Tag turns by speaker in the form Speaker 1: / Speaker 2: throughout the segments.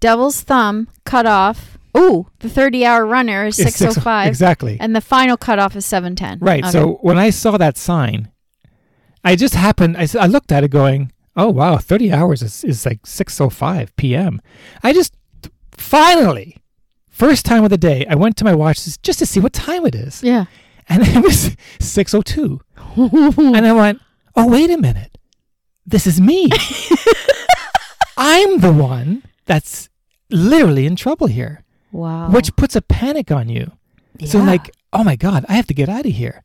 Speaker 1: Devil's Thumb cutoff. Ooh, the 30 hour runner is
Speaker 2: It's six-
Speaker 1: 605.
Speaker 2: Exactly.
Speaker 1: And the final cutoff is 710.
Speaker 2: Right.
Speaker 1: Okay.
Speaker 2: So when I saw that sign, I just happened. I, s- I looked at it, going, "Oh wow, thirty hours is, is like six oh five p.m." I just finally, first time of the day, I went to my watch s- just to see what time it is,
Speaker 1: Yeah.
Speaker 2: and it was six oh two,
Speaker 1: Mm.
Speaker 2: and I went, "Oh wait a minute, this is me. I'm the one that's literally in trouble here,"
Speaker 1: wow.
Speaker 2: which puts a panic on you. So
Speaker 1: Um, Yeah.
Speaker 2: like, oh my god, I have to get out of here.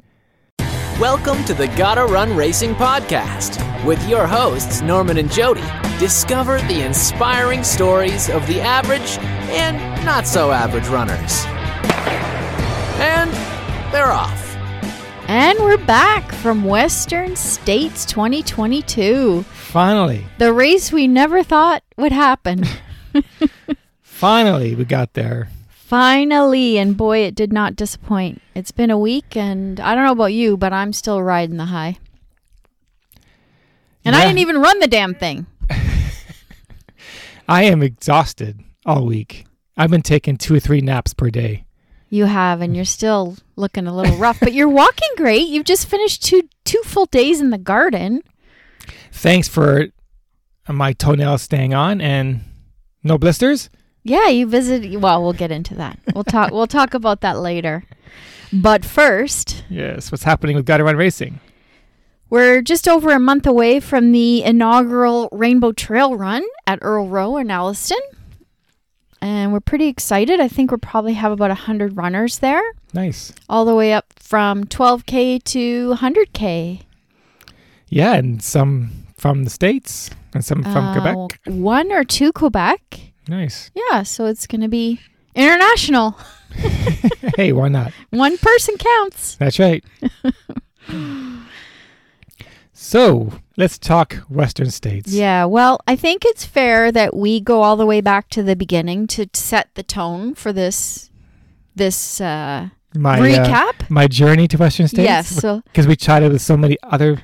Speaker 3: Welcome to the Gotta Run Racing Podcast with your hosts, Norman and Jody. Discover the inspiring stories of the average and not so average runners. And they're off.
Speaker 1: And we're back from Western States 2022,
Speaker 2: Finally.
Speaker 1: the race we never thought would happen.
Speaker 2: Finally, we got there.
Speaker 1: Finally, and boy, it did not disappoint. It's been a week, and I don't know about you, but I'm still riding the high. And I
Speaker 2: Yeah.
Speaker 1: didn't even run the damn thing.
Speaker 2: I am exhausted all week. I've been taking two or three naps per day.
Speaker 1: You have, and you're still looking a little rough, but you're walking great. You've just finished two two full days in the garden.
Speaker 2: Thanks for my toenails staying on and no blisters.
Speaker 1: Yeah, you visited. Well, we'll get into that. We'll talk. we'll talk about that later. But first,
Speaker 2: Yes, what's happening with Gotta Run Racing?
Speaker 1: We're just over a month away from the inaugural Rainbow Trail Run at Earl Row in Alliston. And we're pretty excited. I think we'll probably have about 100 runners there,
Speaker 2: Nice.
Speaker 1: all the way up from 12K to 100K.
Speaker 2: Yeah, and some from the States and some from
Speaker 1: Uh,
Speaker 2: Quebec.
Speaker 1: One or two Quebec.
Speaker 2: Nice.
Speaker 1: Yeah, so it's going to be international.
Speaker 2: hey, why not?
Speaker 1: One person counts.
Speaker 2: That's right. so let's talk Western states.
Speaker 1: Yeah, well, I think it's fair that we go all the way back to the beginning to t- set the tone for this this uh,
Speaker 2: My, uh,
Speaker 1: recap.
Speaker 2: my journey to Western states.
Speaker 1: Yes. So
Speaker 2: because we chatted with so many other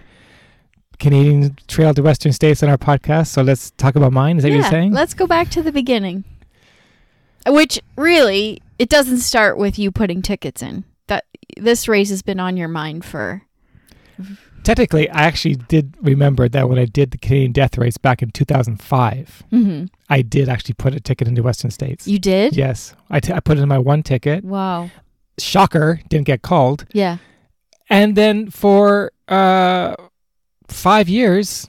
Speaker 2: Canadian trail to Western states on our podcast. So let's talk about mine. Is that what
Speaker 1: yeah,
Speaker 2: you're saying?
Speaker 1: let's go back to the beginning. Which really, it doesn't start with you putting tickets in. That this race has been on your mind for.
Speaker 2: Technically, I actually did remember that when I did the Canadian death race back in 2005,
Speaker 1: Mhm.
Speaker 2: I did actually put a ticket into Western states.
Speaker 1: You did?
Speaker 2: yes, I, t- I put in my one ticket.
Speaker 1: Wow.
Speaker 2: Shocker, didn't get called.
Speaker 1: Yeah.
Speaker 2: And then for uh, five years,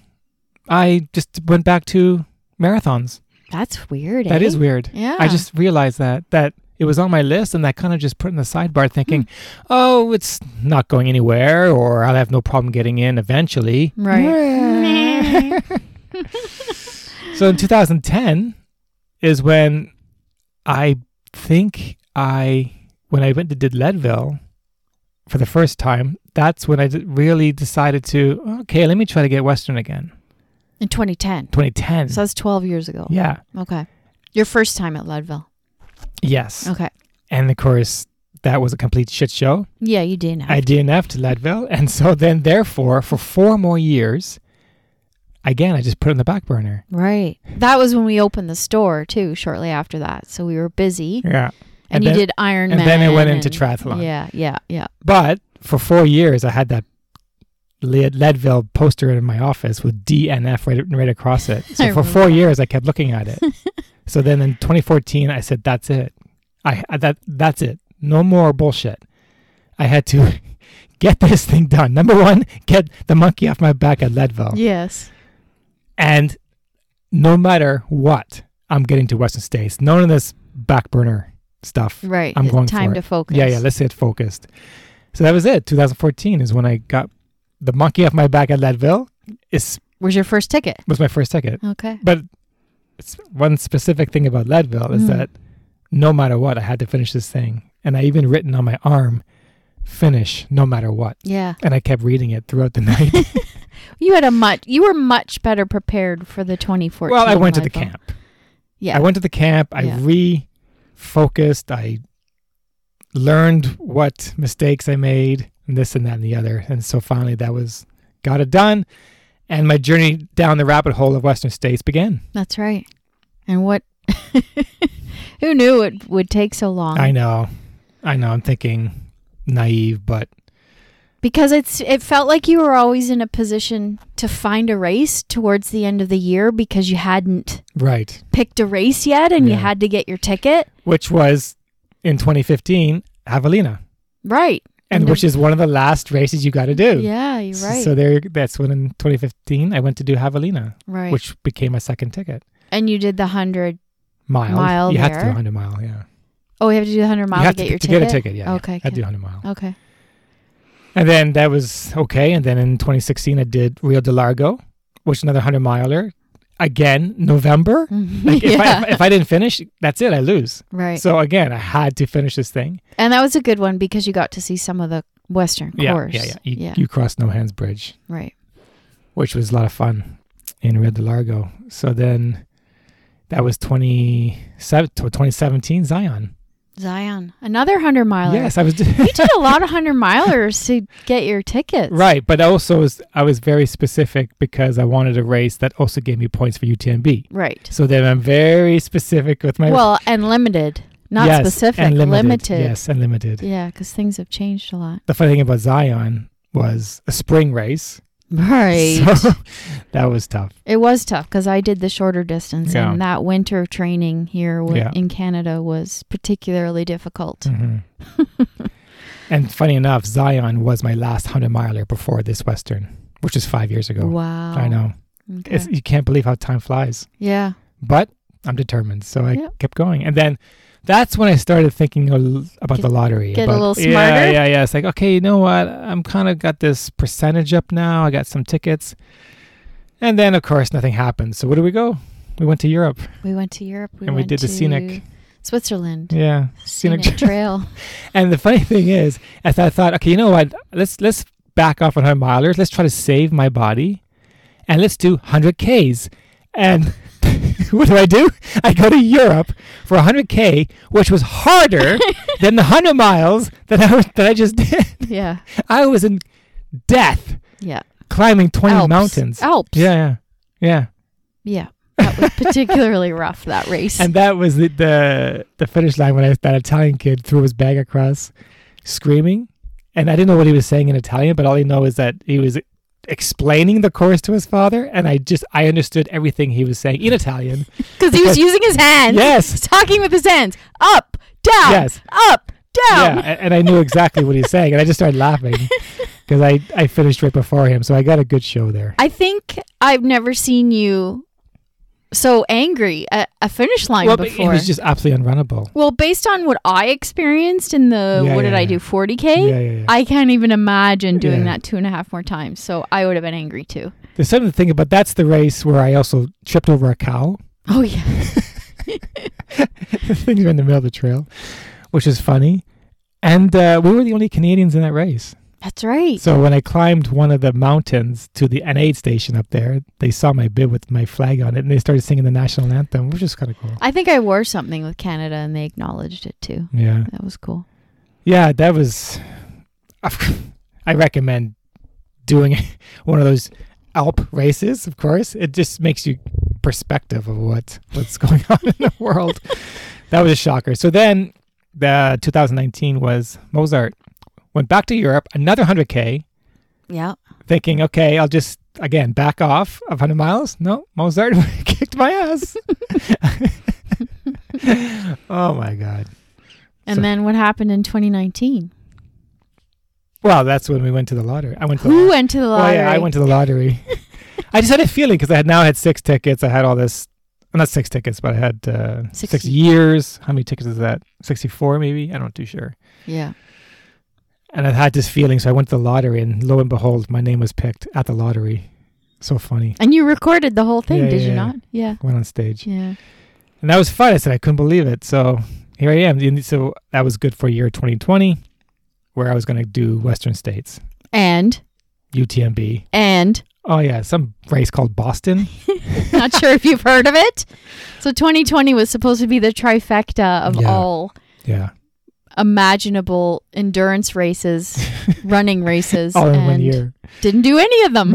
Speaker 2: I just went back to marathons.
Speaker 1: That's weird.
Speaker 2: That
Speaker 1: eh?
Speaker 2: is weird.
Speaker 1: Yeah.
Speaker 2: I just realized that that it was on my list, and I kind of just put in the sidebar, thinking,
Speaker 1: Hmm.
Speaker 2: "Oh, it's not going anywhere, or I'll have no problem getting in eventually."
Speaker 1: Right.
Speaker 2: so in 2010 is when I think I when I went to did Leadville for the first time. That's when I d- really decided to okay, let me try to get Western again.
Speaker 1: in 2010.
Speaker 2: 2010.
Speaker 1: So that's 12 years ago.
Speaker 2: yeah.
Speaker 1: Okay. Your first time at Leadville.
Speaker 2: Yes.
Speaker 1: Okay.
Speaker 2: And of course, that was a complete shit show.
Speaker 1: Yeah, you did. Now.
Speaker 2: I DNF'd to Leadville, and so then, therefore, for four more years, again, I just put it on the back burner.
Speaker 1: right. That was when we opened the store too. Shortly after that, so we were busy.
Speaker 2: Yeah,
Speaker 1: And,
Speaker 2: And
Speaker 1: you
Speaker 2: then-
Speaker 1: did Iron
Speaker 2: and
Speaker 1: Man.
Speaker 2: then it went into
Speaker 1: and-
Speaker 2: triathlon.
Speaker 1: Yeah. Yeah. Yeah.
Speaker 2: but for four years, I had that Lead- Leadville poster in my office with DNF right, right across it.
Speaker 1: I
Speaker 2: So for four years, I kept looking at it. so then, in 2014, I said, "That's it. I I- that that's it. No more bullshit. I had to." Get this thing done. Number one, get the monkey off my back at Leadville.
Speaker 1: Oh. Yes.
Speaker 2: And no matter what, I'm getting to Western States. None of this back burner stuff.
Speaker 1: Right.
Speaker 2: I'm
Speaker 1: it's
Speaker 2: going
Speaker 1: time
Speaker 2: for
Speaker 1: to
Speaker 2: it.
Speaker 1: focus.
Speaker 2: Yeah, yeah. Let's say it focused. So that was it. 2014 is when I got the monkey off my back at Leadville. It
Speaker 1: was your first ticket.
Speaker 2: was my first ticket.
Speaker 1: Okay.
Speaker 2: But it's one specific thing about Leadville is
Speaker 1: Mm.
Speaker 2: that no matter what, I had to finish this thing. And I even written on my arm, finish no matter what.
Speaker 1: Yeah.
Speaker 2: And I kept reading it throughout the night.
Speaker 1: You had a much you were much better prepared for the 2014.
Speaker 2: well, I went to the
Speaker 1: Leadville.
Speaker 2: camp.
Speaker 1: Yeah.
Speaker 2: I went to the camp. I
Speaker 1: Yeah.
Speaker 2: refocused. I learned what mistakes I made, and this and that and the other. And so finally, that was got it done. And my journey down the rabbit hole of Western states began.
Speaker 1: That's right. And what Who knew it would take so long?
Speaker 2: I know. I know. I'm thinking naive, but
Speaker 1: because it's it felt like you were always in a position to find a race towards the end of the year because you hadn't
Speaker 2: right.
Speaker 1: picked a race yet and you
Speaker 2: Yeah.
Speaker 1: had to get your ticket.
Speaker 2: Which was in 2015, Javelina,
Speaker 1: Right.
Speaker 2: and
Speaker 1: End
Speaker 2: which
Speaker 1: of-
Speaker 2: is one of the last races you got to do.
Speaker 1: Yeah, you're
Speaker 2: S-
Speaker 1: right.
Speaker 2: So there, that's when in 2015 I went to do Javelina,
Speaker 1: right.
Speaker 2: which became my second ticket.
Speaker 1: and you did the 100.
Speaker 2: Mile.
Speaker 1: Mile
Speaker 2: you had to do
Speaker 1: there.
Speaker 2: 100 mile. Yeah.
Speaker 1: Oh, you have to do the 100 mile
Speaker 2: you had
Speaker 1: to get
Speaker 2: to,
Speaker 1: your
Speaker 2: to
Speaker 1: ticket.
Speaker 2: get a ticket. Yeah.
Speaker 1: Okay,
Speaker 2: Yeah. I
Speaker 1: okay.
Speaker 2: do 100 mile.
Speaker 1: Okay.
Speaker 2: And then that was okay. And then in 2016, I did Rio de Largo, which is another 100 miler. Again, November. Like if, I,
Speaker 1: yeah.
Speaker 2: if, I, if I didn't finish, that's it. I lose.
Speaker 1: right.
Speaker 2: So again, I had to finish this thing.
Speaker 1: and that was a good one because you got to see some of the western
Speaker 2: Yeah,
Speaker 1: course.
Speaker 2: yeah, yeah. You, you crossed No Hands Bridge,
Speaker 1: right.
Speaker 2: which was a lot of fun in Rio de Largo. So then that was 27 tw- 2017 Zion.
Speaker 1: Zion. Another 100 miler.
Speaker 2: Yes, I was
Speaker 1: You did a lot of 100 milers to get your tickets.
Speaker 2: right, but also was, I was very specific because I wanted a race that also gave me points for UTMB.
Speaker 1: Right.
Speaker 2: So then I'm very specific with my
Speaker 1: Well, and limited. Not
Speaker 2: Yes,
Speaker 1: specific.
Speaker 2: and limited.
Speaker 1: limited.
Speaker 2: Yes, and limited.
Speaker 1: Yeah, because things have changed a lot.
Speaker 2: The funny thing about Zion was a spring race,
Speaker 1: Right.
Speaker 2: so that was tough.
Speaker 1: It was tough because I did the shorter distance,
Speaker 2: Yeah.
Speaker 1: and that winter training here wa-
Speaker 2: Yeah.
Speaker 1: in Canada was particularly difficult.
Speaker 2: Mhm. and funny enough, Zion was my last hundred miler before this Western, which is five years ago.
Speaker 1: Wow.
Speaker 2: I know
Speaker 1: Okay.
Speaker 2: it's, you can't believe how time flies,
Speaker 1: yeah.
Speaker 2: but I'm determined, so I
Speaker 1: Yeah.
Speaker 2: kept going. And then that's when I started thinking a l- about
Speaker 1: Get-
Speaker 2: the lottery.
Speaker 1: get a
Speaker 2: about-
Speaker 1: little
Speaker 2: Yeah,
Speaker 1: smarter.
Speaker 2: yeah, yeah. It's like okay, you know what? I'm kind of got this percentage up now. I got some tickets, and then of course nothing happened. So where do we go? We went to Europe.
Speaker 1: We went to Europe. We
Speaker 2: And we
Speaker 1: went
Speaker 2: did the
Speaker 1: to
Speaker 2: scenic-
Speaker 1: Switzerland.
Speaker 2: Yeah,
Speaker 1: Scenic, trail.
Speaker 2: And the funny thing is, as I thought, okay, you know what? Let's let's back off on hundred milers. Let's try to save my body, and let's do hundred k's. And what do I do? I go to Europe for hundred k, which was harder than the hundred miles that I was- that I just did.
Speaker 1: yeah.
Speaker 2: I was in death
Speaker 1: Yeah.
Speaker 2: climbing twenty
Speaker 1: Alps.
Speaker 2: mountains.
Speaker 1: Alps.
Speaker 2: Yeah, yeah, yeah.
Speaker 1: Yeah. That was particularly rough, that race.
Speaker 2: And that was the, the the finish line when I, that Italian kid threw his bag across, screaming, and I didn't know what he was saying in Italian, but all I know is that he was explaining the course to his father, and I just I understood everything he was saying in Italian.
Speaker 1: Because he was using his hands.
Speaker 2: Yes.
Speaker 1: He's talking with his hands. Up, down,
Speaker 2: Yes.
Speaker 1: up, down.
Speaker 2: Yeah, a- and I knew exactly what he's saying, and I just started laughing because I I finished right before him, so I got a good show there.
Speaker 1: I think I've never seen you so angry at a finish line
Speaker 2: Well, but
Speaker 1: before.
Speaker 2: it was just absolutely unrunnable.
Speaker 1: well, based on what I experienced in the
Speaker 2: Yeah,
Speaker 1: what
Speaker 2: yeah,
Speaker 1: did I
Speaker 2: yeah.
Speaker 1: do forty k,
Speaker 2: Yeah, yeah, yeah.
Speaker 1: I can't even imagine doing
Speaker 2: Yeah.
Speaker 1: that two and a half more times. So I would have been angry too.
Speaker 2: There's something to think about. That's the race where I also tripped over a cow.
Speaker 1: Oh yeah,
Speaker 2: things were in the middle of the trail, which is funny. And uh, we were the only Canadians in that race.
Speaker 1: that's right.
Speaker 2: So when I climbed one of the mountains to the an aid station up there, they saw my bib with my flag on it, and they started singing the national anthem, which is kind of cool.
Speaker 1: I think I wore something with Canada, and they acknowledged it too.
Speaker 2: Yeah,
Speaker 1: That was cool.
Speaker 2: yeah, that was. I recommend doing one of those Alp races. Of course, it just makes you perspective of what what's going on in the world. That was a shocker. So then, the 2019 was Mozart. Went back to Europe, another 100k,
Speaker 1: Yeah,
Speaker 2: thinking, okay, I'll just again back off of 100 miles. No, Mozart kicked my ass. oh my god.
Speaker 1: and
Speaker 2: So-
Speaker 1: then what happened in 2019?
Speaker 2: Well, that's when we went to the lottery. I went to the
Speaker 1: Who went to the
Speaker 2: Oh
Speaker 1: lottery?
Speaker 2: yeah, I went to the lottery. I just had a feeling because I had now had six tickets. I had all this, well, not six tickets, but I had uh, six.
Speaker 1: Sixty.
Speaker 2: years. How many tickets is that? Sixty-four, maybe. I'm not too sure.
Speaker 1: yeah,
Speaker 2: And I had this feeling, so I went to the lottery, and lo and behold, my name was picked at the lottery. So funny.
Speaker 1: and you recorded the whole thing,
Speaker 2: Yeah,
Speaker 1: did
Speaker 2: yeah,
Speaker 1: you
Speaker 2: yeah.
Speaker 1: not? Yeah,
Speaker 2: Went on stage,
Speaker 1: yeah.
Speaker 2: and that was fun. I said I couldn't believe it. So here I am. And So that was good for year 2020, where I was going to do Western States
Speaker 1: And
Speaker 2: UTMB.
Speaker 1: and
Speaker 2: Oh yeah, some race called Boston.
Speaker 1: Not sure if you've heard of it. So 2020 was supposed to be the trifecta of
Speaker 2: Yeah.
Speaker 1: all
Speaker 2: Yeah,
Speaker 1: imaginable endurance races, running races,
Speaker 2: all in
Speaker 1: and
Speaker 2: one year.
Speaker 1: didn't do any of them.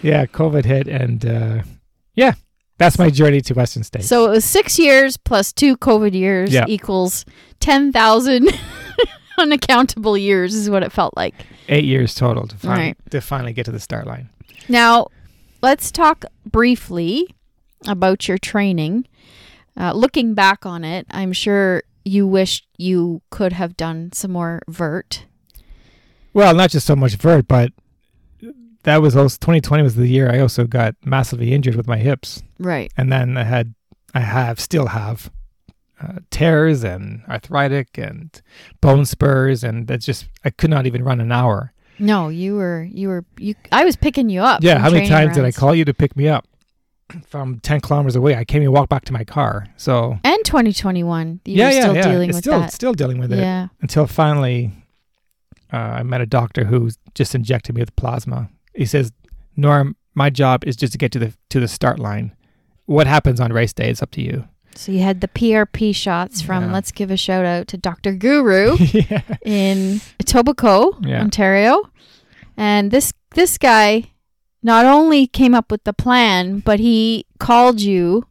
Speaker 2: yeah, COVID hit, and uh, yeah, That's my journey to Western States.
Speaker 1: So it was six years plus two COVID years
Speaker 2: Yeah.
Speaker 1: equals 10,000 unaccountable years, is what it felt like.
Speaker 2: Eight years total to, fin-
Speaker 1: Right.
Speaker 2: to finally get to the start line.
Speaker 1: Now, let's talk briefly about your training. Uh, looking back on it, I'm sure you wished you could have done some more vert.
Speaker 2: Well, not just so much vert, but that was also 2020 was the year I also got massively injured with my hips,
Speaker 1: Right.
Speaker 2: and then I had, I have, still have uh, tears and arthritic and bone spurs, and that's just I could not even run an hour.
Speaker 1: No, you were you were you. I was picking you up.
Speaker 2: yeah,
Speaker 1: from
Speaker 2: how many
Speaker 1: training
Speaker 2: times did I
Speaker 1: rounds.
Speaker 2: call you to pick me up from 10 kilometers away? I can't even walk back to my car. So
Speaker 1: And 2021, you
Speaker 2: yeah,
Speaker 1: were
Speaker 2: yeah,
Speaker 1: still
Speaker 2: yeah,
Speaker 1: dealing
Speaker 2: It's
Speaker 1: with
Speaker 2: still
Speaker 1: that.
Speaker 2: still dealing with it.
Speaker 1: yeah.
Speaker 2: until finally uh, I met a doctor who just injected me with plasma. He says, "Norm, my job is just to get to the to the start line. What happens on race day is up to you."
Speaker 1: So you had the PRP shots from.
Speaker 2: Yeah.
Speaker 1: Let's give a shout out to Dr. Guru
Speaker 2: yeah,
Speaker 1: in Etobicoke,
Speaker 2: Yeah.
Speaker 1: Ontario, and this this guy not only came up with the plan, but he called you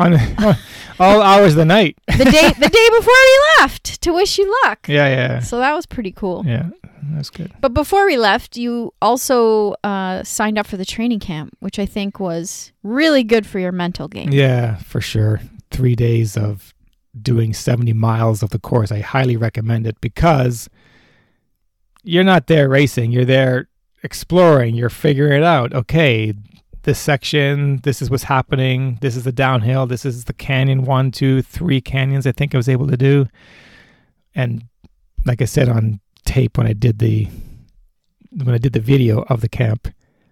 Speaker 2: on, all hours of the night.
Speaker 1: the day the day before he left to wish you luck.
Speaker 2: Yeah,
Speaker 1: So that was pretty cool.
Speaker 2: yeah, yeah. That's good.
Speaker 1: But before we left, you also uh, signed up for the training camp, which I think was really good for your mental game.
Speaker 2: Yeah, for sure. Three days of doing 70 miles of the course. I highly recommend it because you're not there racing, you're there exploring, you're figuring it out. Okay, this section, this is what's happening, this is the downhill, this is the canyon one, two, three canyons I think I was able to do. And like I said on tape when I did the when I did the video of the camp,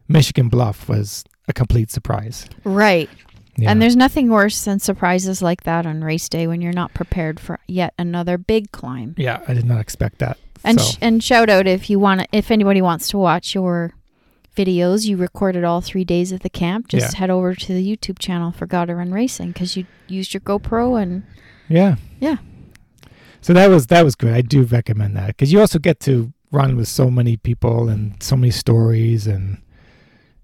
Speaker 2: Michigan Bluff was a complete surprise.
Speaker 1: Right.
Speaker 2: Yeah.
Speaker 1: And there's nothing worse than surprises like that on race day when you're not prepared for yet another big climb.
Speaker 2: Yeah, I did not expect that.
Speaker 1: And
Speaker 2: so,
Speaker 1: sh- and shout out if you want if anybody wants to watch your videos, you recorded all 3 days at the camp. Just
Speaker 2: Yeah.
Speaker 1: head over to the YouTube channel for Gotta Run Racing cuz you used your GoPro and
Speaker 2: yeah,
Speaker 1: yeah.
Speaker 2: so that was that was good. I do recommend that because you also get to run with so many people and so many stories and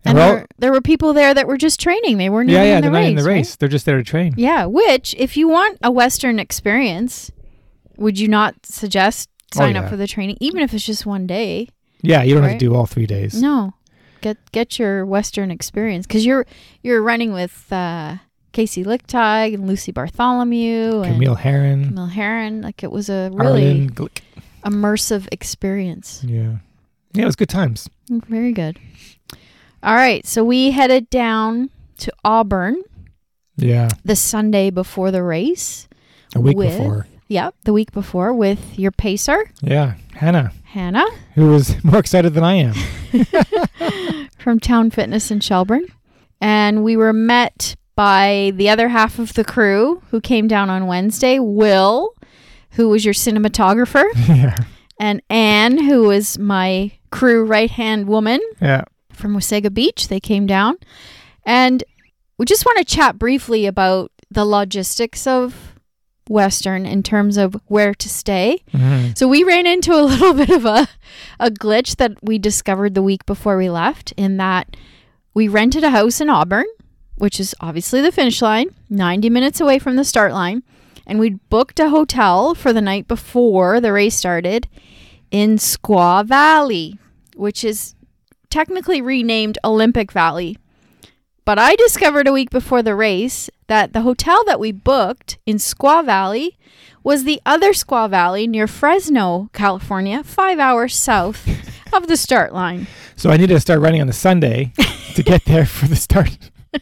Speaker 1: And
Speaker 2: we're all-
Speaker 1: there, there were people there that were just training. They weren't
Speaker 2: yeah,
Speaker 1: even
Speaker 2: yeah,
Speaker 1: in the
Speaker 2: they're
Speaker 1: race.
Speaker 2: not in the
Speaker 1: right?
Speaker 2: race. They're just there to train.
Speaker 1: Yeah, which if you want a western experience, would you not suggest
Speaker 2: Oh,
Speaker 1: sign up
Speaker 2: yeah.
Speaker 1: for the training even if it's just one day?
Speaker 2: Yeah, you don't have
Speaker 1: Right.
Speaker 2: to do all three days.
Speaker 1: No, get get your Western experience because you're you're running with uh, Casey Lichtig and Lucy Bartholomew
Speaker 2: Camille
Speaker 1: and
Speaker 2: Heron,
Speaker 1: Camille Heron. Like it was a really
Speaker 2: Arlen Glick.
Speaker 1: immersive experience.
Speaker 2: Yeah, yeah, it was good times.
Speaker 1: Very good. All right, so we headed down to Auburn
Speaker 2: Yeah,
Speaker 1: the Sunday before the race.
Speaker 2: a week
Speaker 1: With-
Speaker 2: before.
Speaker 1: Yep, the week before with your pacer
Speaker 2: Yeah, Hannah,
Speaker 1: Hannah
Speaker 2: who was more excited than I am.
Speaker 1: from Town Fitness in Shelburne. And we were met by the other half of the crew who came down on Wednesday Will, who was your cinematographer,
Speaker 2: yeah,
Speaker 1: and Anne, who was my crew right hand woman
Speaker 2: yeah,
Speaker 1: from Wasega Beach. They came down. And we just want to chat briefly about the logistics of Western in terms of where to stay.
Speaker 2: Mhm.
Speaker 1: So we ran into a little bit of a, a glitch that we discovered the week before we left in that we rented a house in Auburn, which is obviously the finish line, 90 minutes away from the start line. And we'd booked a hotel for the night before the race started in Squaw Valley, which is technically renamed Olympic Valley. But I discovered a week before the race that the hotel that we booked in Squaw Valley was the other Squaw Valley near Fresno, California, five hours south of the start line.
Speaker 2: So I needed to start running on the Sunday to get there for the start.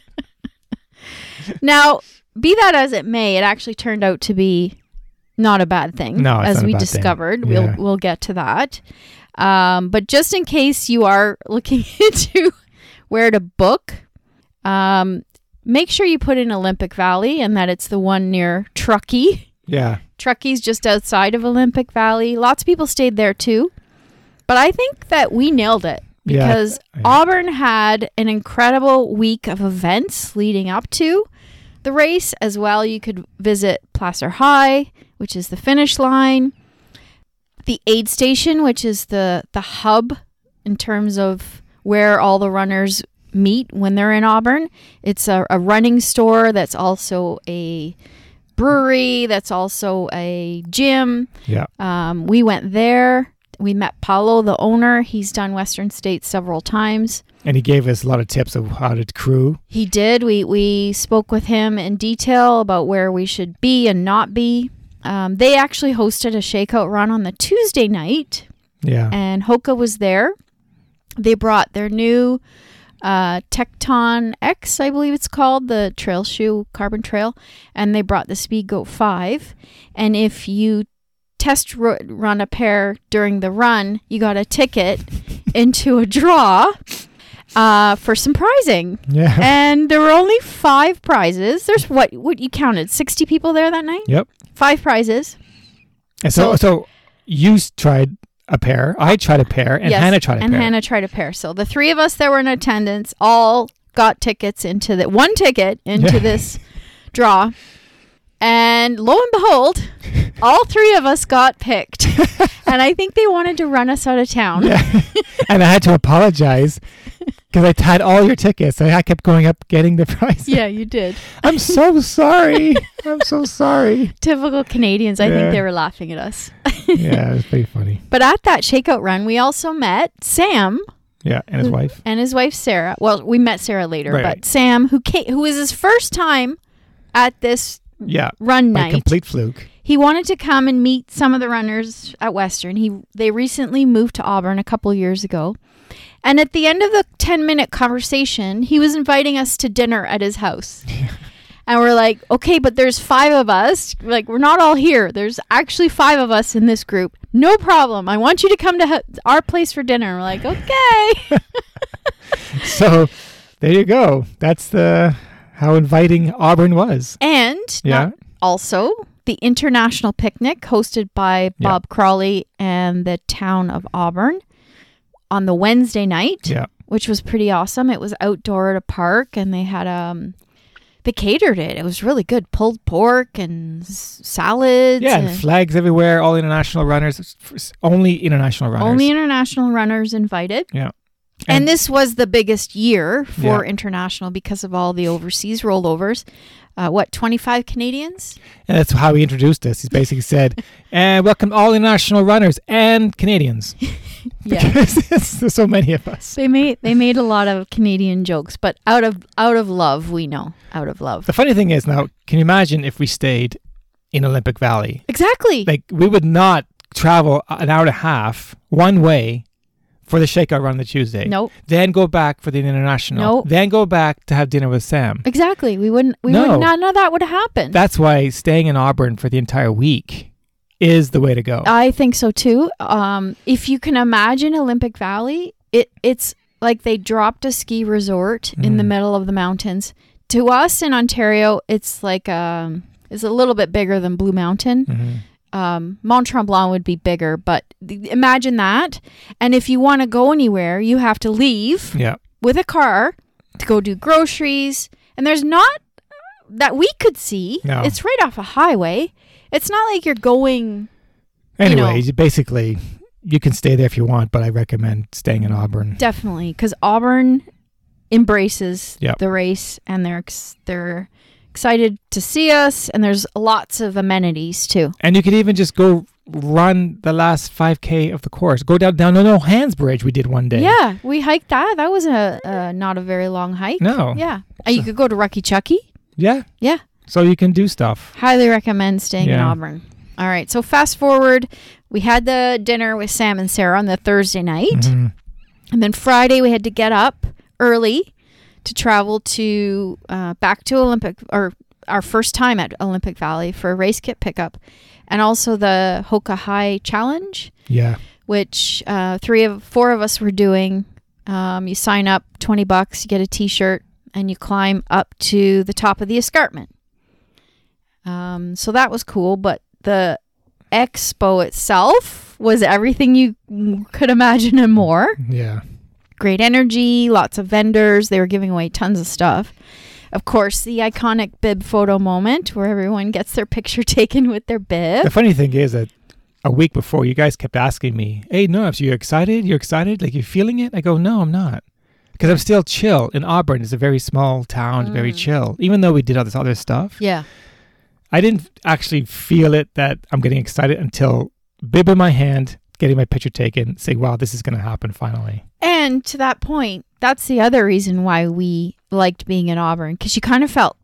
Speaker 1: Now, be that as it may, it actually turned out to be not a bad thing,
Speaker 2: No, it's
Speaker 1: as
Speaker 2: not a
Speaker 1: we
Speaker 2: bad thing.
Speaker 1: discovered.
Speaker 2: Yeah.
Speaker 1: We'll we'll get to that. Um, but just in case you are looking into where to book, um, make sure you put in Olympic Valley and that it's the one near Truckee.
Speaker 2: Yeah,
Speaker 1: Truckee's just outside of Olympic Valley. Lots of people stayed there too. But I think that we nailed it
Speaker 2: Yeah,
Speaker 1: because
Speaker 2: yeah.
Speaker 1: Auburn had an incredible week of events leading up to the race as well. You could visit Placer High, which is the finish line, the aid station, which is the the hub in terms of where all the runners meet when they're in Auburn. It's a, a running store that's also a brewery, that's also a gym.
Speaker 2: Yeah.
Speaker 1: Um, we went there. We met Paulo, the owner. He's done Western States several times.
Speaker 2: And he gave us a lot of tips of how to crew.
Speaker 1: He did. We we spoke with him in detail about where we should be and not be. Um, they actually hosted a shakeout run on the Tuesday night,
Speaker 2: Yeah.
Speaker 1: and Hoka was there. They brought their new uh, Tecton X, I believe it's called, the trail shoe carbon trail, and they brought the Speed Goat 5. And if you test ru- run a pair during the run, you got a ticket into a draw uh, for some prizing.
Speaker 2: yeah.
Speaker 1: And there were only five prizes. There's what what you counted? Sixty people there that night.
Speaker 2: yep.
Speaker 1: Five prizes.
Speaker 2: And so,
Speaker 1: So-
Speaker 2: so you s- tried a pair, I tried a pair, and
Speaker 1: Yes,
Speaker 2: Hannah tried a
Speaker 1: and
Speaker 2: pair.
Speaker 1: Hannah tried a pair. So the three of us that were in attendance all got tickets into the one ticket into
Speaker 2: Yeah.
Speaker 1: this draw. And lo and behold, all three of us got picked. and I think they wanted to run us out of town.
Speaker 2: yeah. and I had to apologize because I tied all your tickets. and I kept going up getting the prize.
Speaker 1: Yeah, you did.
Speaker 2: I'm so sorry. I'm so sorry.
Speaker 1: Typical Canadians, I
Speaker 2: Yeah.
Speaker 1: think they were laughing at us.
Speaker 2: Yeah, it was pretty funny.
Speaker 1: But at that shakeout run, we also met Sam,
Speaker 2: Yeah, and his wife.
Speaker 1: and his wife Sarah. Well, we met Sarah later,
Speaker 2: Right,
Speaker 1: but
Speaker 2: right.
Speaker 1: Sam, who came, who was his first time at this
Speaker 2: Yeah,
Speaker 1: run
Speaker 2: by
Speaker 1: night,
Speaker 2: complete fluke.
Speaker 1: he wanted to come and meet some of the runners at Western. He they recently moved to Auburn a couple years ago, and at the end of the ten minute conversation, he was inviting us to dinner at his house. And we're like, okay, but there's five of us. Like, we're not all here. There's actually five of us in this group. No problem. I want you to come to ha- our place for dinner. And we're like, okay.
Speaker 2: So there you go. That's the how inviting Auburn was.
Speaker 1: And
Speaker 2: Yeah.
Speaker 1: not- also the international picnic hosted by
Speaker 2: Yeah.
Speaker 1: Bob Crawley and the town of Auburn on the Wednesday night,
Speaker 2: Yeah.
Speaker 1: which was pretty awesome. It was outdoor at a park and they had um they catered it. It was really good. Pulled pork and s- salads.
Speaker 2: Yeah, and
Speaker 1: and
Speaker 2: flags everywhere, all international runners, It's f- s- only international runners.
Speaker 1: only international runners invited.
Speaker 2: Yeah.
Speaker 1: And,
Speaker 2: And-
Speaker 1: this was the biggest year for
Speaker 2: Yeah.
Speaker 1: international because of all the overseas rollovers. Uh, what, 25 Canadians?
Speaker 2: And that's how he introduced us. He basically said, and welcome all international runners and Canadians.
Speaker 1: Yeah.
Speaker 2: Because there's so many of us.
Speaker 1: They made they made a lot of Canadian jokes, but out of out of love, we know out of love.
Speaker 2: The funny thing is now, can you imagine if we stayed in Olympic Valley?
Speaker 1: Exactly.
Speaker 2: Like, we would not travel an hour and a half one way for the shakeout run on the Tuesday.
Speaker 1: nope.
Speaker 2: Then go back for the international.
Speaker 1: Nope.
Speaker 2: Then go back to have dinner with Sam.
Speaker 1: Exactly. We wouldn't. We
Speaker 2: No.
Speaker 1: would not. None of that would happen.
Speaker 2: That's why staying in Auburn for the entire week is the way to go.
Speaker 1: I think so too. Um, if you can imagine Olympic Valley, it it's like they dropped a ski resort in the
Speaker 2: Mm.
Speaker 1: middle of the mountains. To us in Ontario, it's like um, it's a little bit bigger than Blue Mountain.
Speaker 2: Mhm.
Speaker 1: um, Mont Tremblant would be bigger, but th- imagine that. And if you want to go anywhere, you have to leave
Speaker 2: Yeah.
Speaker 1: with a car to go do groceries. And there's not that we could see.
Speaker 2: No.
Speaker 1: It's right off a highway. It's not like you're going. you know-
Speaker 2: Anyway, basically, you can stay there if you want, but I recommend staying in Auburn.
Speaker 1: Definitely, because Auburn embraces
Speaker 2: Yep.
Speaker 1: the race, and they're ex- they're excited to see us. And there's lots of amenities too.
Speaker 2: And you could even just go run the last 5K of the course. Go down down no no Hands Bridge we did one day.
Speaker 1: Yeah, we hiked that. That was a uh, not a very long hike.
Speaker 2: No.
Speaker 1: Yeah, and you could go to Rocky Chucky.
Speaker 2: Yeah.
Speaker 1: Yeah.
Speaker 2: So you can do stuff.
Speaker 1: Highly recommend staying in
Speaker 2: Yeah.
Speaker 1: Auburn. All right. So fast forward, we had the dinner with Sam and Sarah on the Thursday night,
Speaker 2: Mhm.
Speaker 1: and then Friday we had to get up early to travel to uh, back to Olympic or our first time at Olympic Valley for a race kit pickup, and also the Hoka High Challenge,
Speaker 2: Yeah.
Speaker 1: which uh, three of four of us were doing. Um, you sign up, twenty bucks, you get a T-shirt, and you climb up to the top of the escarpment. Um, so that was cool, but the expo itself was everything you could imagine and more.
Speaker 2: Yeah.
Speaker 1: Great energy, lots of vendors. They were giving away tons of stuff. Of course, the iconic bib photo moment where everyone gets their picture taken with their
Speaker 2: The
Speaker 1: bib.
Speaker 2: funny thing is that a week before, you guys kept asking me, "Hey, Norms, you excited? You're excited? Like you're feeling it?" I go, "No, I'm not." because I'm still chill. In Auburn, it's a very small town, it's very
Speaker 1: Mm.
Speaker 2: chill. Even though we did all this other stuff,
Speaker 1: Yeah.
Speaker 2: I didn't actually feel it that I'm getting excited until bib in my hand, getting my picture taken, saying, "Wow, this is going to happen finally."
Speaker 1: And to that point, that's the other reason why we liked being in Auburn because you kind of felt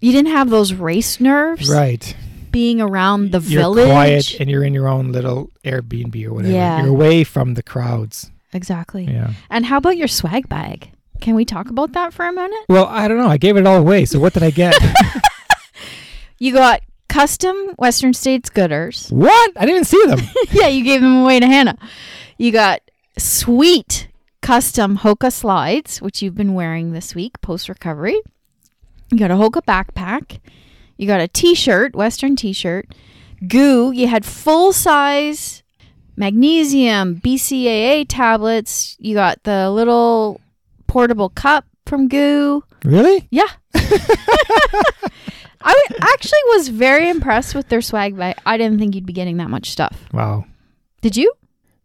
Speaker 1: you didn't have those race nerves
Speaker 2: Right.
Speaker 1: being around the
Speaker 2: you're
Speaker 1: village.
Speaker 2: quiet and you're in your own little Airbnb or whatever.
Speaker 1: Yeah.
Speaker 2: You're away from the crowds.
Speaker 1: exactly.
Speaker 2: Yeah.
Speaker 1: And how about your swag bag? Can we talk about that for a minute?
Speaker 2: Well, I don't know. I gave it all away. So what did I get?
Speaker 1: You got custom Western States Gooders.
Speaker 2: what? I didn't see them.
Speaker 1: yeah, you gave them away to Hannah. You got sweet custom Hoka slides, which you've been wearing this week post recovery. You got a Hoka backpack. You got a t shirt, Western t shirt. Goo, you had full size magnesium, BCAA tablets. You got the little portable cup from Goo.
Speaker 2: really?
Speaker 1: Yeah. I w- actually was very impressed with their swag bag. I didn't think you'd be getting that much stuff.
Speaker 2: Wow.
Speaker 1: Did you?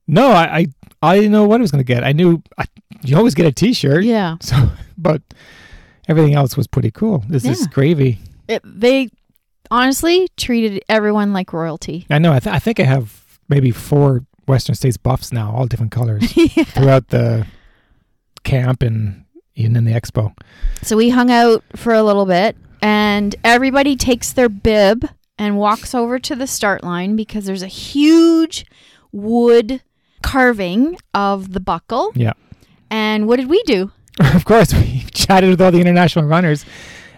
Speaker 2: No, I I, I didn't know what I was going to get. I knew I, you always get a T-shirt.
Speaker 1: Yeah.
Speaker 2: So, but everything else was pretty cool. This is
Speaker 1: Yeah.
Speaker 2: gravy.
Speaker 1: It, they honestly treated everyone like royalty.
Speaker 2: I know. I, th- I think I have maybe four Western States buffs now, all different colors throughout the camp and even in the expo.
Speaker 1: So we hung out for a little bit, and everybody takes their bib and walks over to the start line because there's a huge wood carving of the buckle.
Speaker 2: Yeah.
Speaker 1: And what did we do?
Speaker 2: of course, we chatted with all the international runners,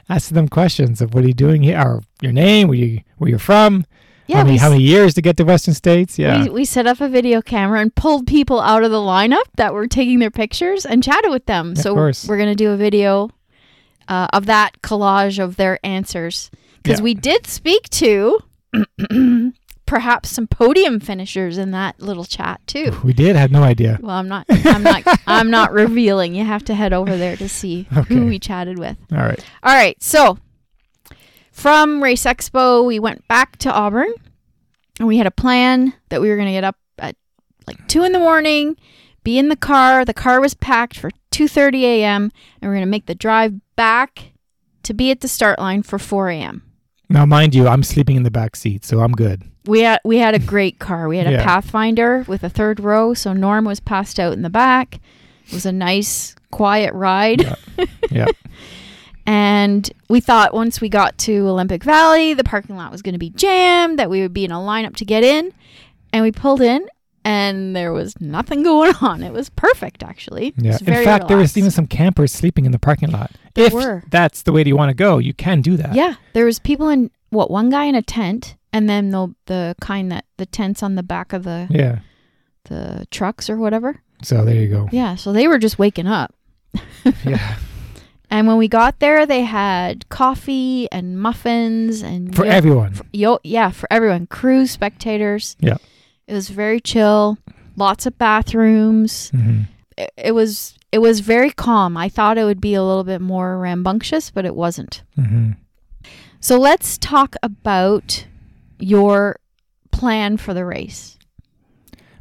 Speaker 2: asked them questions of what are you doing here, or your name, where you where you're from,
Speaker 1: Yeah,
Speaker 2: how, many,
Speaker 1: we,
Speaker 2: how many years to get to Western States. Yeah,
Speaker 1: we, we set up a video camera and pulled people out of the lineup that were taking their pictures and chatted with them.
Speaker 2: Of
Speaker 1: so
Speaker 2: course.
Speaker 1: we're going to do a video uh, of that collage of their answers because
Speaker 2: Yeah.
Speaker 1: we did speak to perhaps some podium finishers in that little chat too.
Speaker 2: we did. Had no idea.
Speaker 1: Well, I'm not. I'm not. I'm not revealing. You have to head over there to see
Speaker 2: Okay.
Speaker 1: who we chatted with.
Speaker 2: All right.
Speaker 1: All right, so from Race Expo, we went back to Auburn, and we had a plan that we were going to get up at like two in the morning, be in the car. The car was packed for two thirty a.m., and we're going to make the drive back to be at the start line for four a.m.
Speaker 2: Now, mind you, I'm sleeping in the back seat, so I'm good.
Speaker 1: We had we had a great car. We had a
Speaker 2: Yeah.
Speaker 1: Pathfinder with a third row, so Norm was passed out in the back. It was a nice, quiet ride.
Speaker 2: Yeah.
Speaker 1: And we thought once we got to Olympic Valley, the parking lot was going to be jammed, that we would be in a lineup to get in. And we pulled in, and there was nothing going on. It was perfect, actually. It
Speaker 2: Yeah.
Speaker 1: was
Speaker 2: In
Speaker 1: very
Speaker 2: fact, there was
Speaker 1: relaxed.
Speaker 2: even some campers sleeping in the parking lot.
Speaker 1: There
Speaker 2: if
Speaker 1: were.
Speaker 2: that's the way that you want to go, you can do that.
Speaker 1: yeah, there was people in what one guy in a tent, and then the the kind that the tents on the back of the
Speaker 2: Yeah.
Speaker 1: the trucks or whatever.
Speaker 2: So there you go.
Speaker 1: Yeah, so they were just waking up.
Speaker 2: yeah.
Speaker 1: And when we got there, they had coffee and muffins and
Speaker 2: For
Speaker 1: yo-
Speaker 2: everyone.
Speaker 1: yo yeah for everyone crew spectators
Speaker 2: Yeah.
Speaker 1: it was very chill lots of bathrooms
Speaker 2: Mhm.
Speaker 1: it, it was it was very calm i thought it would be a little bit more rambunctious but it wasn't
Speaker 2: Mhm.
Speaker 1: so let's talk about your plan for the race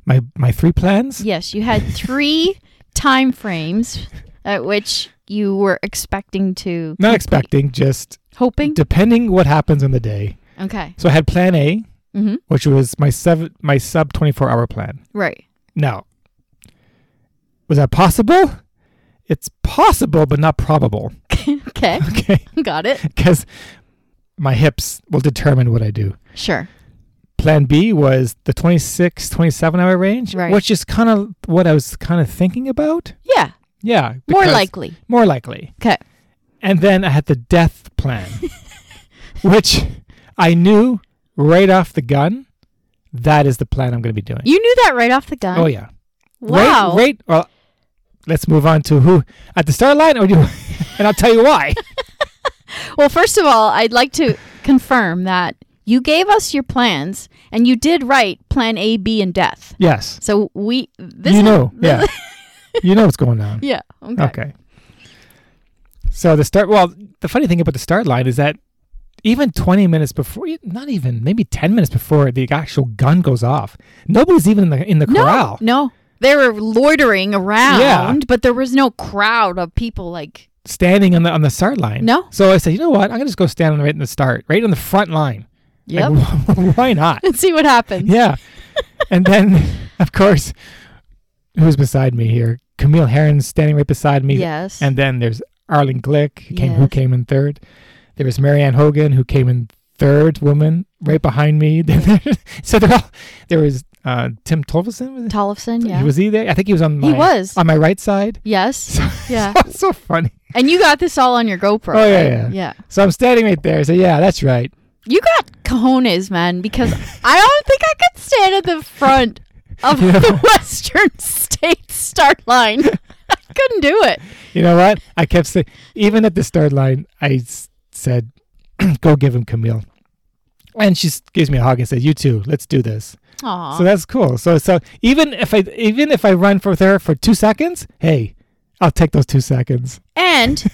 Speaker 2: My my three plans.
Speaker 1: yes you had three time frames at which you were expecting to
Speaker 2: Not
Speaker 1: complete-
Speaker 2: expecting, just
Speaker 1: hoping
Speaker 2: depending what happens on the day.
Speaker 1: okay
Speaker 2: So I had plan A,
Speaker 1: hmm
Speaker 2: which was my seven, my sub 24 hour plan.
Speaker 1: right
Speaker 2: Now, was that possible? It's possible, but not probable.
Speaker 1: okay
Speaker 2: Okay.
Speaker 1: got it
Speaker 2: Because my hips will determine what I do.
Speaker 1: sure
Speaker 2: Plan B was the 26, 27 hour range,
Speaker 1: Right.
Speaker 2: which is kind of what I was kind of thinking about.
Speaker 1: yeah
Speaker 2: Yeah.
Speaker 1: more
Speaker 2: because-
Speaker 1: likely
Speaker 2: More likely.
Speaker 1: okay
Speaker 2: And then I had the death plan, which I knew right off the gun. That is the plan I'm going to be doing.
Speaker 1: You knew that right off the gun.
Speaker 2: oh, yeah.
Speaker 1: Wow.
Speaker 2: Right, right. Well, let's move on to who at the start line, or do, and I'll tell you why.
Speaker 1: Well, first of all, I'd like to confirm that you gave us your plans and you did write plan A, B, and death.
Speaker 2: Yes,
Speaker 1: So we this
Speaker 2: you
Speaker 1: is-
Speaker 2: know,
Speaker 1: this
Speaker 2: yeah,
Speaker 1: is-
Speaker 2: you know what's going on.
Speaker 1: yeah. Okay.
Speaker 2: Okay. So the start. Well, the funny thing about the start line is that even 20 minutes before, not even maybe 10 minutes before the actual gun goes off, nobody's even in the in the
Speaker 1: No,
Speaker 2: corral.
Speaker 1: no. They were loitering around,
Speaker 2: Yeah.
Speaker 1: but there was no crowd of people like
Speaker 2: standing on the on the start line.
Speaker 1: No.
Speaker 2: So I said, you know what? I'm gonna just go stand on the- right in the start, right on the front line.
Speaker 1: yep.
Speaker 2: Like, why not?
Speaker 1: and see what happens.
Speaker 2: Yeah. and then, of course, who's beside me here? Camille Herron's standing right beside me.
Speaker 1: Yes.
Speaker 2: And then there's Arlene Glick, who came, who
Speaker 1: Yes.
Speaker 2: came in third. There was Marianne Hogan, who came in third, woman right behind me. so they're all, there was uh, Tim Tolvason. was it?
Speaker 1: Tollefson, yeah.
Speaker 2: He was he there? I think he was on my
Speaker 1: He was.
Speaker 2: on my right side.
Speaker 1: yes. Yeah.
Speaker 2: so funny.
Speaker 1: And you got this all on your GoPro.
Speaker 2: Oh, yeah,
Speaker 1: right?
Speaker 2: yeah.
Speaker 1: Yeah.
Speaker 2: So I'm standing right there. So yeah, that's right.
Speaker 1: You got cojones, man, because I don't think I could stand at the front of
Speaker 2: Yeah.
Speaker 1: the Western States start line. I couldn't do it.
Speaker 2: You know what? I kept saying, even at the start line, I s- said, "Go give him Camille," and she s- gives me a hug and says, "You too. Let's do this."
Speaker 1: Aw.
Speaker 2: So that's cool. So so even if I even if I run for her for two seconds, hey, I'll take those two seconds.
Speaker 1: and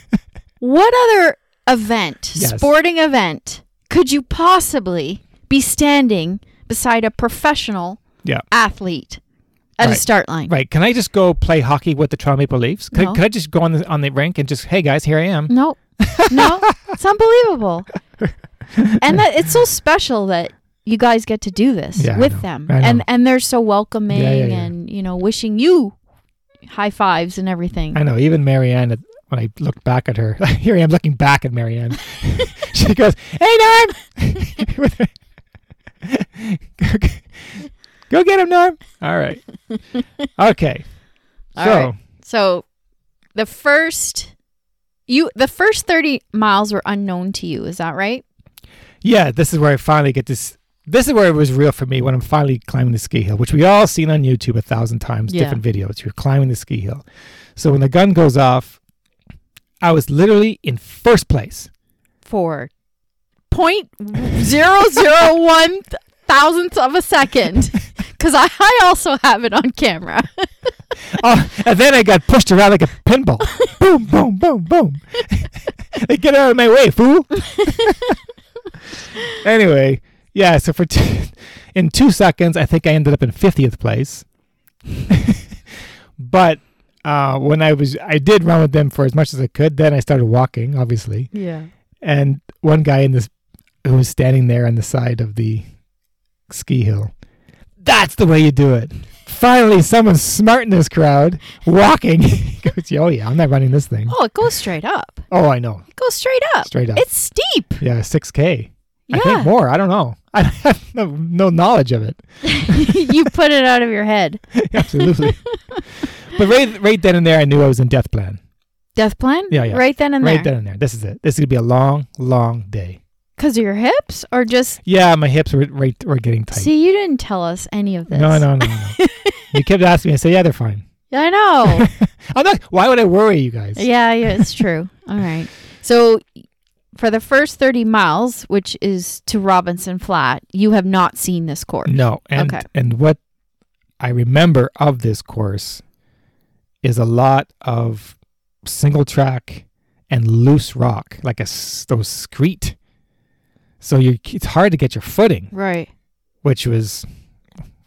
Speaker 1: what other event,
Speaker 2: Yes.
Speaker 1: sporting event, could you possibly be standing beside a professional
Speaker 2: Yeah.
Speaker 1: athlete at a
Speaker 2: Right.
Speaker 1: start line?
Speaker 2: Right? Can I just go play hockey with the Toronto Maple Leafs? Could,
Speaker 1: No.
Speaker 2: could I just go on the on the rink and just, hey guys, here I am.
Speaker 1: No, no, it's unbelievable. And that it's so special that you guys get to do this
Speaker 2: Yeah, I know.
Speaker 1: with them,
Speaker 2: I know.
Speaker 1: and and they're so welcoming
Speaker 2: Yeah, yeah, yeah.
Speaker 1: and you know wishing you high fives and everything.
Speaker 2: I know. Even Marianne, at- when I looked back at her, here I am looking back at Marianne. she goes, "Hey, Norm, go get him, Norm." All right. Okay.
Speaker 1: All
Speaker 2: so
Speaker 1: right. So the first you the first thirty miles were unknown to you. Is that right?
Speaker 2: yeah, this is where I finally get this. This is where it was real for me when I'm finally climbing the ski hill, which we all seen on YouTube a thousand times,
Speaker 1: Yeah.
Speaker 2: different videos. You're climbing the ski hill. So when the gun goes off, I was literally in first place.
Speaker 1: For point zero zero one thousandth of a second, because I, I also have it on camera.
Speaker 2: oh, and then I got pushed around like a pinball. boom, boom, boom, boom. like, get out of my way, fool. anyway, yeah, so for two, in two seconds, I think I ended up in 50th place. but uh, when I was, I did run with them for as much as I could. Then I started walking, obviously
Speaker 1: Yeah.
Speaker 2: and one guy in this who was standing there on the side of the ski hill. That's the way you do it. Finally, someone's smart in this crowd walking. He goes, oh yeah, I'm not running this thing.
Speaker 1: Oh, it goes straight up.
Speaker 2: Oh, I know,
Speaker 1: It goes straight up.
Speaker 2: straight up.
Speaker 1: It's steep.
Speaker 2: yeah, six k. I
Speaker 1: Yeah.
Speaker 2: think more. I don't know. I have no, no knowledge of it.
Speaker 1: you put it out of your head.
Speaker 2: Absolutely. but right, right then and there, I knew I was in death plan.
Speaker 1: Death plan?
Speaker 2: Yeah, yeah.
Speaker 1: Right then and
Speaker 2: right
Speaker 1: there.
Speaker 2: then and there, this is it. This is gonna be a long, long day.
Speaker 1: Because of your hips? Or just.
Speaker 2: Yeah, my hips were right were getting tight.
Speaker 1: See, you didn't tell us any of this.
Speaker 2: No, no, no, no. no. you kept asking me. I said, yeah, they're fine.
Speaker 1: I know.
Speaker 2: I'm not. Why would I worry you guys?
Speaker 1: yeah, yeah, it's true. All right. So, for the first 30 miles, which is to Robinson Flat, you have not seen this course.
Speaker 2: No. And
Speaker 1: Okay.
Speaker 2: and what I remember of this course is a lot of single track and loose rock, like a s- those screet. So you, it's hard to get your footing,
Speaker 1: Right.
Speaker 2: which was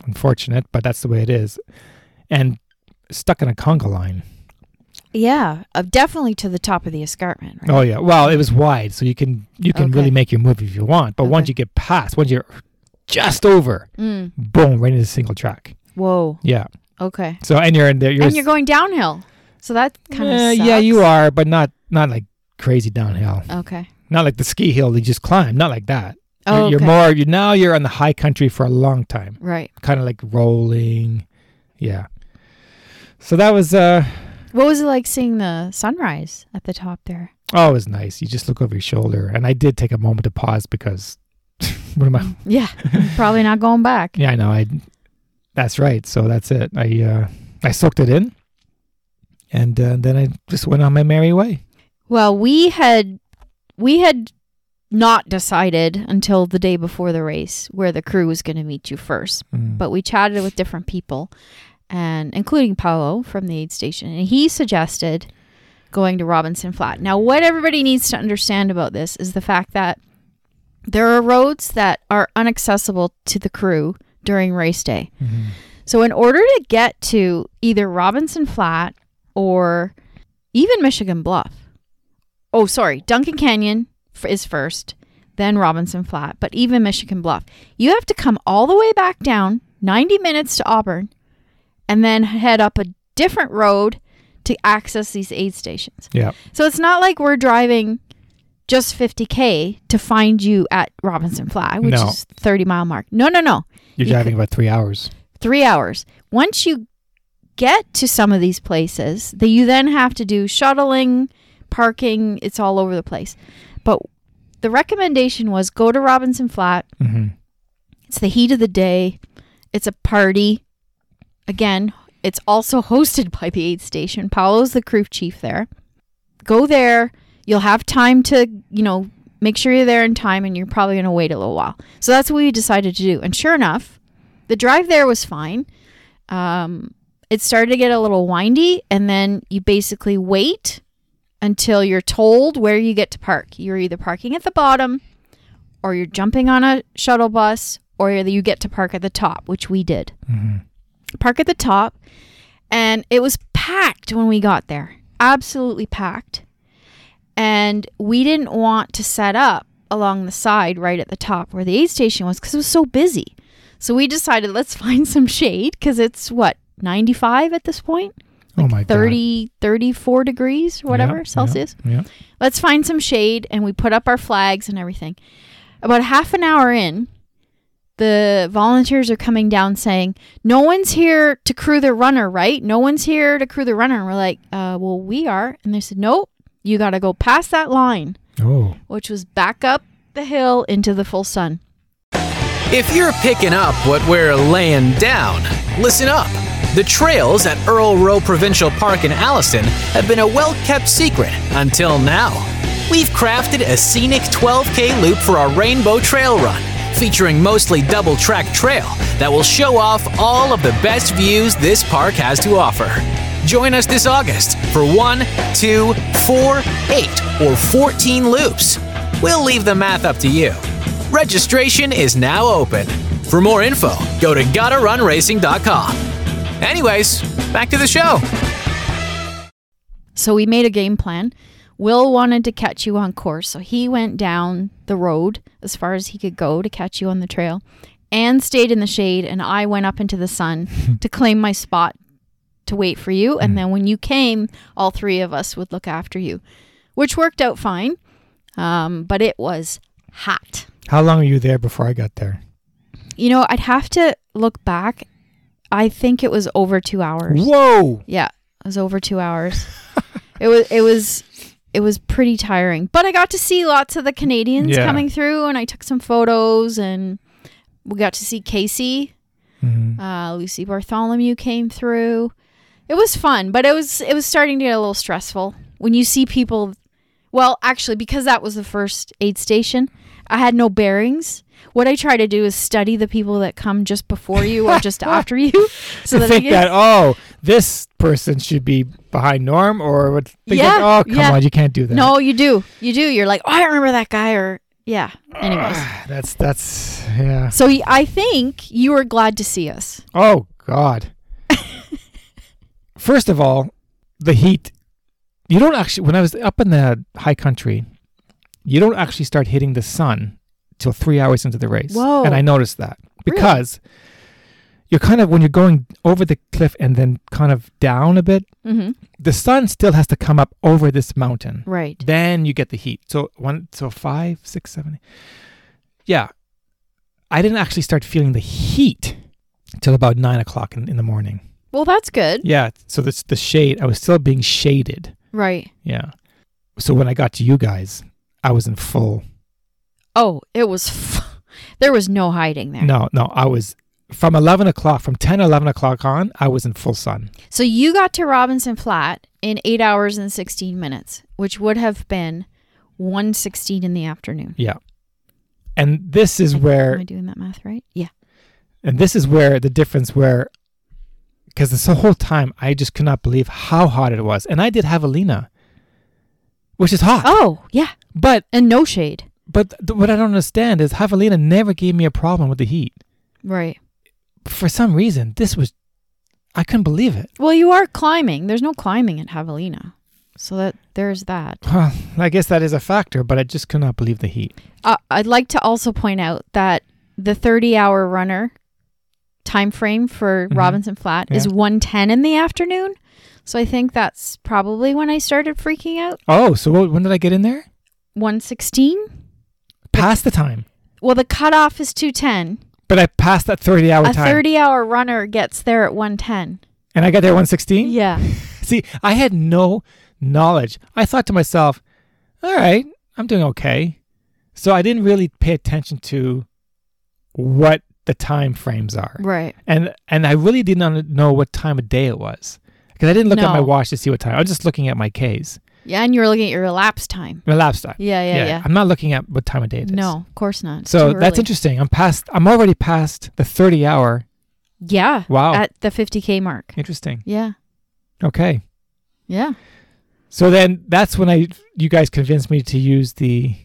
Speaker 2: unfortunate, but that's the way it is. And stuck in a conga line.
Speaker 1: Yeah. Uh, definitely to the top of the escarpment, right?
Speaker 2: Oh yeah. Well, it was wide, so you can you can
Speaker 1: Okay.
Speaker 2: really make your move if you want. But once
Speaker 1: Okay.
Speaker 2: you get past, once you're just over,
Speaker 1: Mm.
Speaker 2: boom, right into single track.
Speaker 1: Whoa.
Speaker 2: Yeah.
Speaker 1: Okay.
Speaker 2: So and you're in there. You're
Speaker 1: and you're going downhill. So, that kind of.
Speaker 2: Eh, yeah, you are, but not not like crazy downhill.
Speaker 1: Okay.
Speaker 2: Not like the ski hill you just climb. Not like that.
Speaker 1: Oh,
Speaker 2: you're, you're
Speaker 1: okay.
Speaker 2: more. You now you're on the high country for a long time,
Speaker 1: right.
Speaker 2: kind of like rolling. Yeah. So that was uh
Speaker 1: What was it like seeing the sunrise at the top there?
Speaker 2: oh, it was nice. You just look over your shoulder, and I did take a moment to pause because what am I?
Speaker 1: Yeah, probably not going back.
Speaker 2: Yeah, I know. I that's right. So that's it. I uh, I soaked it in, and uh, then I just went on my merry way.
Speaker 1: Well, we had we had not decided until the day before the race where the crew was going to meet you first,
Speaker 2: Mm.
Speaker 1: but we chatted with different people and including Paolo from the aid station and he suggested going to Robinson Flat. Now, what everybody needs to understand about this is the fact that there are roads that are inaccessible to the crew during race day.
Speaker 2: Mhm.
Speaker 1: So, in order to get to either Robinson Flat or even Michigan Bluff, oh, sorry, Duncan Canyon f- is first, then Robinson Flat, but even Michigan Bluff, you have to come all the way back down 90 minutes to Auburn and then head up a different road to access these aid stations.
Speaker 2: Yeah.
Speaker 1: So, it's not like we're driving just 50K to find you at Robinson Flat, which
Speaker 2: No.
Speaker 1: is 30 mile mark. No, no, no
Speaker 2: You're
Speaker 1: You
Speaker 2: driving about three hours.
Speaker 1: three hours. Once you get to some of these places, that you then have to do shuttling, parking. It's all over the place. But the recommendation was go to Robinson Flat.
Speaker 2: hmm
Speaker 1: It's the heat of the day. It's a party. Again, it's also hosted by the aid station. Paolo's the crew chief there. Go there. You'll have time to, you know, make sure you're there in time and you're probably going to wait a little while. So that's what we decided to do. And sure enough, the drive there was fine. Um, it started to get a little windy and then you basically wait until you're told where you get to park. You're either parking at the bottom or you're jumping on a shuttle bus, or you get to park at the top, which we did. Park at the top, and it was packed when we got there, absolutely packed. And we didn't want to set up along the side right at the top where the aid station was because it was so busy. So we decided let's find some shade because it's what 95 at this point,
Speaker 2: oh my
Speaker 1: 30, 34 degrees,
Speaker 2: God.
Speaker 1: whatever
Speaker 2: Yeah, yeah,
Speaker 1: Celsius
Speaker 2: Yeah.
Speaker 1: let's find some shade and we put up our flags and everything about half an hour in the volunteers are coming down saying no one's here to crew the runner right no one's here to crew the runner and we're like uh, well we are and they said nope you gotta go past that line
Speaker 2: Oh.
Speaker 1: which was back up the hill into the full sun
Speaker 3: If you're picking up what we're laying down, listen up. The trails at Earl Row Provincial Park in Alliston have been a well kept secret until now. We've crafted a scenic 12K loop for our Rainbow Trail Run, featuring mostly double track trail that will show off all of the best views this park has to offer. Join us this August for one, two, four, eight, or 14 loops. We'll leave the math up to you. Registration is now open. For more info, go to gottarunracing.com. Anyways, back to the show.
Speaker 1: So we made a game plan. Will wanted to catch you on course, so he went down the road as far as he could go to catch you on the trail. Anne stayed in the shade, and I went up into the sun to claim my spot to wait for you. And then when you came, all three of us would look after you, which worked out fine. Um, but it was hot.
Speaker 2: How long were you there before I got there?
Speaker 1: You know, I'd have to look back. I think it was over two hours.
Speaker 2: Whoa.
Speaker 1: Yeah, it was over two hours. it was it was it was pretty tiring, but I got to see lots of the Canadians
Speaker 2: Yeah.
Speaker 1: coming through, and I took some photos, and we got to see Casey,
Speaker 2: Mhm.
Speaker 1: uh, Lucy Bartholomew came through. It was fun, but it was it was starting to get a little stressful when you see people. Well, actually, because that was the first aid station, I had no bearings. What I try to do is study the people that come just before you or just after you, so
Speaker 2: to
Speaker 1: that I
Speaker 2: think
Speaker 1: get
Speaker 2: that oh this person should be behind norm or would think
Speaker 1: Yeah,
Speaker 2: like, oh come
Speaker 1: yeah.
Speaker 2: on you can't do that
Speaker 1: No, you do. You do. You're like, oh, I remember that guy. Or yeah. Anyways,
Speaker 2: that's that's yeah
Speaker 1: so y- I think you were glad to see us.
Speaker 2: oh god first of all the heat you don't actually when i was up in the high country you don't actually start hitting the sun till three hours into the race
Speaker 1: Whoa.
Speaker 2: and i noticed that
Speaker 1: Really?
Speaker 2: because you're kind of when you're going over the cliff and then kind of down a bit
Speaker 1: Mm-hmm.
Speaker 2: the sun still has to come up over this mountain
Speaker 1: Right.
Speaker 2: then you get the heat. So one, so five, six, seven, eight. yeah. I didn't actually start feeling the heat till about nine o'clock in, in the morning.
Speaker 1: Well, that's good.
Speaker 2: Yeah. So this the shade. I was still being shaded.
Speaker 1: Right.
Speaker 2: Yeah. So when I got to you guys, I was in full.
Speaker 1: Oh, it was. F- there was no hiding there.
Speaker 2: No, no, I was from eleven o'clock, from 10, 11 o'clock on, I was in full sun.
Speaker 1: So you got to Robinson Flat in eight hours and sixteen minutes, which would have been one sixteen in the afternoon.
Speaker 2: Yeah. And this is where
Speaker 1: Am I doing that math right? Yeah.
Speaker 2: And this is where the difference where because this whole time I just could not believe how hot it was. And I did have Alina, which is hot.
Speaker 1: Oh, yeah.
Speaker 2: But
Speaker 1: And no shade.
Speaker 2: but th- what I don't understand is Javelina never gave me a problem with the heat.
Speaker 1: Right.
Speaker 2: For some reason, this was I couldn't believe it.
Speaker 1: Well, you are climbing. There's no climbing in Javelina. So that there's that.
Speaker 2: Well, I guess that is a factor, but I just could not believe the heat.
Speaker 1: Uh, I'd like to also point out that the 30-hour runner time frame for
Speaker 2: Mhm.
Speaker 1: Robinson Flat is
Speaker 2: Yeah.
Speaker 1: 1:10 in the afternoon. So I think that's probably when I started freaking out.
Speaker 2: Oh, so what, when did I get in there?
Speaker 1: 1:16.
Speaker 2: Past the time,
Speaker 1: Well, the cutoff is 2:10.
Speaker 2: but I passed that thirty-hour
Speaker 1: A
Speaker 2: Oh, time,
Speaker 1: 30-hour runner gets there at 1:10.
Speaker 2: and I got there one sixteen.
Speaker 1: Yeah.
Speaker 2: See, I had no knowledge. I thought to myself, all right, I'm doing okay. So I didn't really pay attention to what the time frames are.
Speaker 1: Right.
Speaker 2: And and I really did not know what time of day it was. Because I didn't look at my
Speaker 1: No.
Speaker 2: watch to see what time. I was just looking at my K's,
Speaker 1: Yeah, and you were looking at your elapsed time.
Speaker 2: my lap time.
Speaker 1: Yeah, yeah, yeah.
Speaker 2: I'm not looking at what time of day it is.
Speaker 1: No, of course not. It's
Speaker 2: So
Speaker 1: too
Speaker 2: that's
Speaker 1: early.
Speaker 2: interesting. I'm past I'm already past the 30 hour.
Speaker 1: Yeah.
Speaker 2: Wow.
Speaker 1: At the 50k mark.
Speaker 2: interesting.
Speaker 1: Yeah.
Speaker 2: Okay.
Speaker 1: Yeah.
Speaker 2: So then that's when I you guys convinced me to use the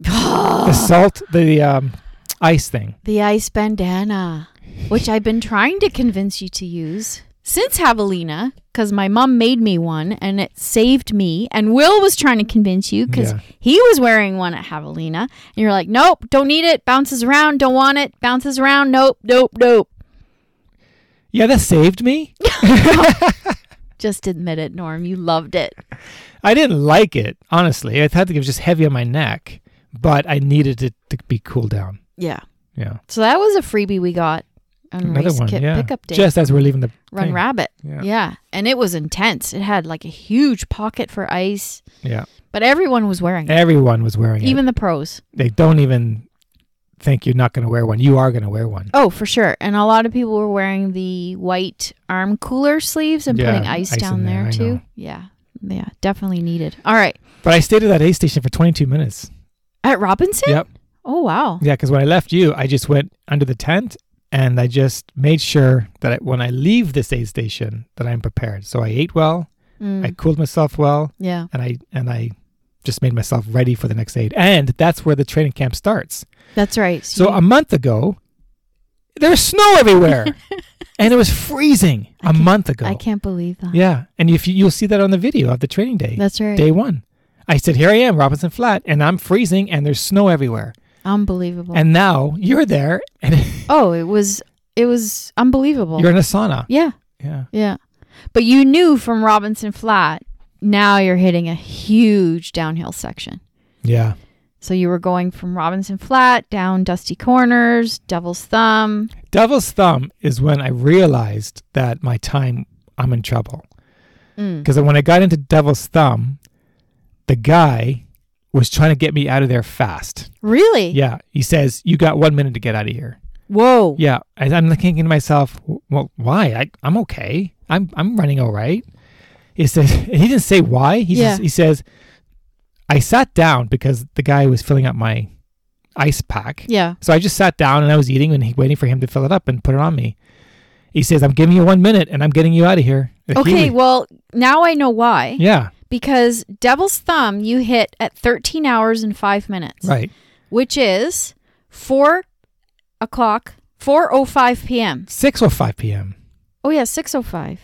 Speaker 2: the salt, the um, ice thing.
Speaker 1: The ice bandana, which I've been trying to convince you to use since Javelina, because my mom made me one and it saved me. And Will was trying to convince you because
Speaker 2: Yeah.
Speaker 1: he was wearing one at Javelina. And you're like, nope, don't need it. Bounces around, don't want it. Bounces around, nope, nope, nope.
Speaker 2: Yeah, that saved me.
Speaker 1: Just admit it, Norm. You loved it.
Speaker 2: I didn't like it, honestly. I thought it was just heavy on my neck, but I needed it to be cooled down.
Speaker 1: Yeah.
Speaker 2: Yeah.
Speaker 1: So that was a freebie we got on
Speaker 2: Another
Speaker 1: Race
Speaker 2: one.
Speaker 1: Mm, Kit
Speaker 2: yeah.
Speaker 1: Pickup Day.
Speaker 2: Just as we're leaving the
Speaker 1: Run
Speaker 2: thing.
Speaker 1: Rabbit.
Speaker 2: Yeah.
Speaker 1: yeah. And it was intense. It had like a huge pocket for ice.
Speaker 2: Yeah.
Speaker 1: But everyone was wearing it,
Speaker 2: Everyone was wearing it.
Speaker 1: even the pros.
Speaker 2: They don't even think you're not going to wear one. You are going to wear one.
Speaker 1: Oh, for sure. And a lot of people were wearing the white arm cooler sleeves and
Speaker 2: Yeah,
Speaker 1: putting ice,
Speaker 2: ice
Speaker 1: down
Speaker 2: in there,
Speaker 1: there,
Speaker 2: I
Speaker 1: too.
Speaker 2: know.
Speaker 1: Yeah. Yeah, definitely needed. All right.
Speaker 2: But I stayed at that aid station for 22 minutes.
Speaker 1: At Robinson?
Speaker 2: Yep.
Speaker 1: Oh, wow.
Speaker 2: Yeah, because when I left you, I just went under the tent and I just made sure that I, when I leave this aid station, that I'm prepared. So I ate well,
Speaker 1: Mm,
Speaker 2: I cooled myself well,
Speaker 1: yeah.
Speaker 2: and I and I just made myself ready for the next aid. And that's where the training camp starts.
Speaker 1: That's right.
Speaker 2: So a month ago, there's snow everywhere, and it was freezing
Speaker 1: I
Speaker 2: a
Speaker 1: can't-
Speaker 2: month ago.
Speaker 1: I can't believe that.
Speaker 2: Yeah, and if you, you'll see that on the video of the training day,
Speaker 1: That's right.
Speaker 2: day one. I said, "Here I am, Robinson Flat, and I'm freezing, and there's snow everywhere."
Speaker 1: Unbelievable.
Speaker 2: And now you're there, and
Speaker 1: oh, it was it was unbelievable.
Speaker 2: you're in a sauna.
Speaker 1: yeah.
Speaker 2: Yeah,
Speaker 1: Yeah. But you knew from Robinson Flat, now you're hitting a huge downhill section.
Speaker 2: yeah.
Speaker 1: So you were going from Robinson Flat down Dusty Corners, Devil's Thumb.
Speaker 2: Devil's Thumb is when I realized that my time, I'm in trouble.
Speaker 1: Mm.
Speaker 2: Because when I got into Devil's Thumb, the guy was trying to get me out of there fast.
Speaker 1: Really?
Speaker 2: Yeah. He says, You got one minute to get out of here.
Speaker 1: Whoa.
Speaker 2: Yeah. And I'm thinking to myself, Well, why? I, I'm okay. I'm, I'm running all right. He says, and He didn't say why. He,
Speaker 1: Yeah.
Speaker 2: just, he says, I sat down because the guy was filling up my ice pack.
Speaker 1: Yeah.
Speaker 2: So I just sat down and I was eating and he, waiting for him to fill it up and put it on me. He says, I'm giving you one minute and I'm getting you out of here. He
Speaker 1: Okay,
Speaker 2: was-
Speaker 1: well, now I know why.
Speaker 2: yeah.
Speaker 1: Because Devil's Thumb you hit at 13 hours and 5 minutes,
Speaker 2: Right.
Speaker 1: which is 4 o'clock, 4.05 p.m.
Speaker 2: 6.05 p.m.
Speaker 1: Oh, yeah, 6.05.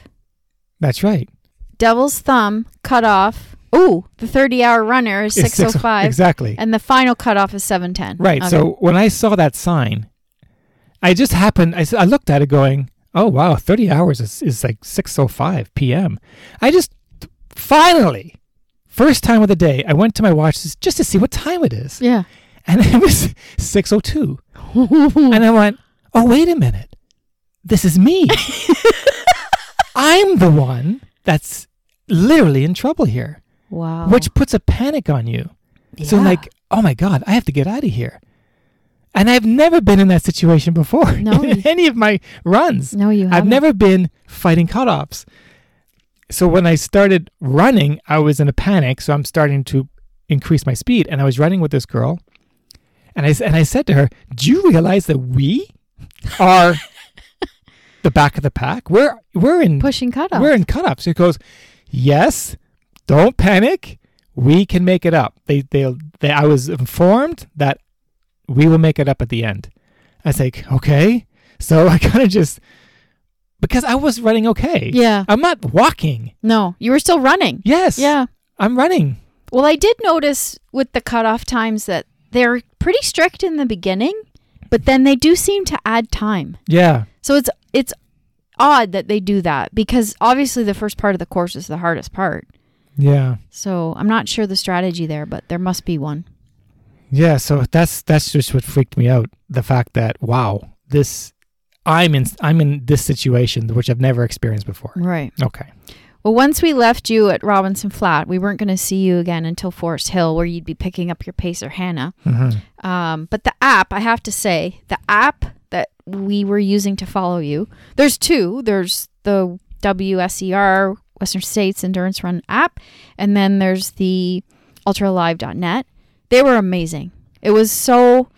Speaker 2: That's right.
Speaker 1: Devil's Thumb cutoff. Ooh, the 30-hour runner is
Speaker 2: It's
Speaker 1: 6.05.
Speaker 2: Exactly.
Speaker 1: And the final cutoff is 7.10.
Speaker 2: right.
Speaker 1: Okay.
Speaker 2: So when I saw that sign, I just happened, I, s- I looked at it going, oh, wow, 30 hours is, is like 6.05 p.m. I just finally, first time of the day, I went to my watch s- just to see what time it is.
Speaker 1: Yeah.
Speaker 2: And it was 6.02. and I went, oh, wait a minute. This is me. I'm the one that's literally in trouble here,
Speaker 1: wow.
Speaker 2: which puts a panic on you. So I'm
Speaker 1: Yeah.
Speaker 2: like, oh my God, I have to get out of here. And I've never been in that situation before
Speaker 1: No,
Speaker 2: in
Speaker 1: you-
Speaker 2: any of my runs.
Speaker 1: No, you
Speaker 2: I've
Speaker 1: haven't.
Speaker 2: never been fighting cutoffs. So when I started running, I was in a panic. So I'm starting to increase my speed. And I was running with this girl. And I, s- and I said to her, Do you realize that we are the back of the pack? We're, we're in
Speaker 1: pushing cutoff.
Speaker 2: we're in cutoffs. It goes, yes, don't panic. We can make it up. They, they, they, I was informed that we will make it up at the end. I was like, okay. So I kind of just because I was running okay.
Speaker 1: Yeah.
Speaker 2: I'm not walking.
Speaker 1: No, you were still running.
Speaker 2: Yes.
Speaker 1: Yeah.
Speaker 2: I'm running.
Speaker 1: Well, I did notice with the cutoff times that they're pretty strict in the beginning, but then they do seem to add time.
Speaker 2: Yeah.
Speaker 1: So it's it's odd that they do that because obviously the first part of the course is the hardest part.
Speaker 2: Yeah.
Speaker 1: So I'm not sure the strategy there, but there must be one.
Speaker 2: Yeah. So that's that's just what freaked me out. The fact that wow, this I'm in I'm in this situation which I've never experienced before.
Speaker 1: Right.
Speaker 2: Okay.
Speaker 1: Well, once we left you at Robinson Flat, we weren't going to see you again until Forest Hill, where you'd be picking up your pacer, Hannah.
Speaker 2: Mhm.
Speaker 1: Um, but the app, I have to say, the app that we were using to follow you, there's two. There's the WSER, Western States Endurance Run app, and then there's the ultralive.net. They were amazing. It was so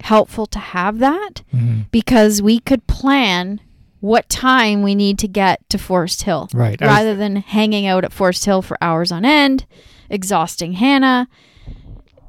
Speaker 1: helpful to have that
Speaker 2: Mhm.
Speaker 1: because we could plan what time we need to get to Forest Hill
Speaker 2: Right. I was-
Speaker 1: rather than hanging out at Forest Hill for hours on end, exhausting Hannah.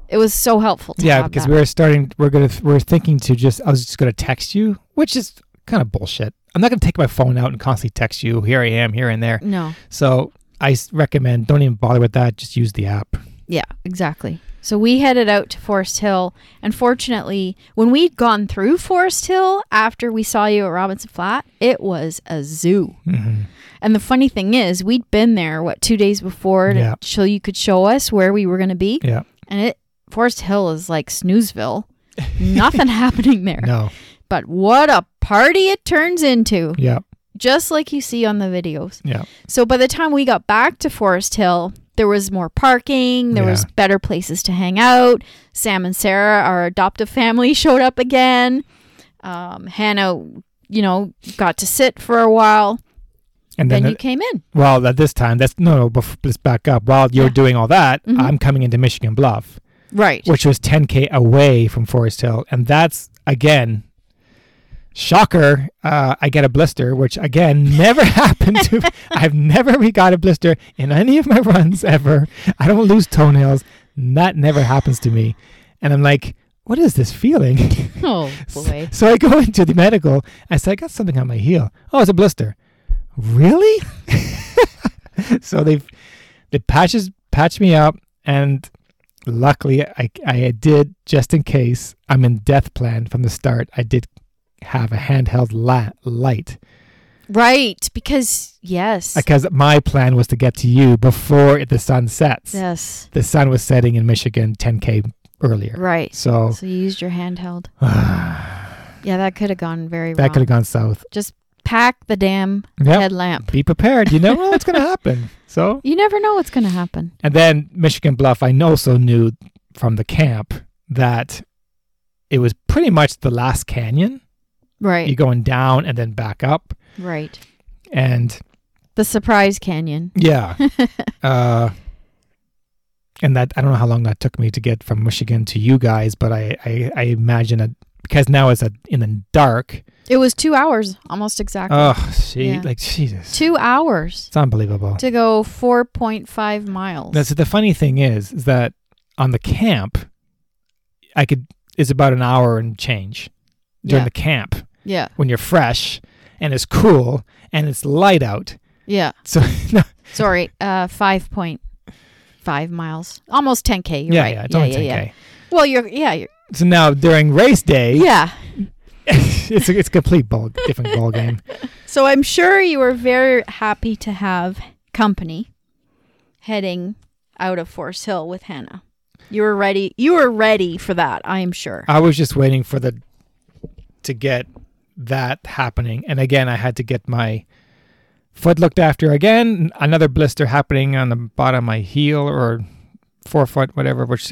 Speaker 1: It was so helpful. To
Speaker 2: yeah,
Speaker 1: have
Speaker 2: because
Speaker 1: that.
Speaker 2: we were starting. We're gonna. We're thinking to just. I was just gonna text you, which is kind of bullshit. I'm not gonna take my phone out and constantly text you. Here I am, here and there.
Speaker 1: no,
Speaker 2: So I s- recommend don't even bother with that. Just use the app.
Speaker 1: yeah, exactly. So we headed out to Forest Hill, and fortunately, when we'd gone through Forest Hill after we saw you at Robinson Flat, it was a zoo.
Speaker 2: Mm-hmm.
Speaker 1: And the funny thing is, we'd been there what two days before to
Speaker 2: Yeah.
Speaker 1: so you could show us where we were going to be,
Speaker 2: Yeah.
Speaker 1: and it Forest Hill is like Snoozeville. Nothing happening there.
Speaker 2: No.
Speaker 1: But what a party it turns into.
Speaker 2: Yeah.
Speaker 1: just like you see on the videos.
Speaker 2: Yeah.
Speaker 1: So by the time we got back to Forest Hill, there was more parking, there was
Speaker 2: Yeah.
Speaker 1: better places to hang out. Sam and Sarah, our adoptive family, showed up again. Um, Hannah, you know, got to sit for a while.
Speaker 2: And
Speaker 1: Then,
Speaker 2: then, uh,
Speaker 1: you came in.
Speaker 2: well, at this time, that's no, no. Bef- let's back up. While you're
Speaker 1: Yeah.
Speaker 2: doing all that,
Speaker 1: Mhm.
Speaker 2: I'm coming into Michigan Bluff,
Speaker 1: Right.
Speaker 2: which was 10k away from Forest Hill, and that's again. Shocker! Uh, I get a blister, which again never happened to. I've never really got a blister in any of my runs ever. I don't lose toenails. That never happens to me, and I'm like, "What is this feeling?"
Speaker 1: Oh boy.
Speaker 2: So I go into the medical. I said, I got something on my heel. Oh, it's a blister. Really? so they the patches patched me up, and luckily I I did just in case. I'm in death plan from the start. I did have a handheld la- light
Speaker 1: Right. Because yes.
Speaker 2: because my plan was to get to you before the sun sets.
Speaker 1: Yes.
Speaker 2: The sun was setting in Michigan 10k earlier.
Speaker 1: Right.
Speaker 2: So
Speaker 1: So you used your handheld.
Speaker 2: that
Speaker 1: Yeah, that could have gone very wrong.
Speaker 2: could have gone south.
Speaker 1: Pack the damn
Speaker 2: Yeah.
Speaker 1: headlamp.
Speaker 2: Be prepared. You never know what's going to happen. So
Speaker 1: You never know what's going to happen.
Speaker 2: And then Michigan Bluff, I know also knew from the camp that it was pretty much the last canyon.
Speaker 1: Right.
Speaker 2: You're going down and then back up.
Speaker 1: Right.
Speaker 2: And
Speaker 1: The surprise canyon.
Speaker 2: yeah. uh, and that, I don't know how long that took me to get from Michigan to you guys, but I, I, I imagine it because now it's a, in the dark.
Speaker 1: It was two hours, almost exactly.
Speaker 2: Oh, see,
Speaker 1: Yeah.
Speaker 2: like Jesus.
Speaker 1: two hours
Speaker 2: It's unbelievable.
Speaker 1: to go 4.5 miles.
Speaker 2: That's the funny thing is, is that on the camp, I could it's about an hour and change during
Speaker 1: Yeah.
Speaker 2: the camp
Speaker 1: yeah.
Speaker 2: when you're fresh and it's cool and it's light out.
Speaker 1: Yeah.
Speaker 2: So no,
Speaker 1: Sorry. Uh, 5.5 miles. Almost 10K. You're
Speaker 2: yeah,
Speaker 1: right.
Speaker 2: yeah, it's only 10k.
Speaker 1: Well, you're, yeah. You're,
Speaker 2: So now during race day,
Speaker 1: yeah.
Speaker 2: it's a, it's a complete ball, different ball game.
Speaker 1: So I'm sure you were very happy to have company heading out of Forest Hill with Hannah. You were ready. You were ready for that, I am sure.
Speaker 2: I was just waiting for the to get that happening, and again, I had to get my foot looked after again. Another blister happening on the bottom of my heel or forefoot, whatever, which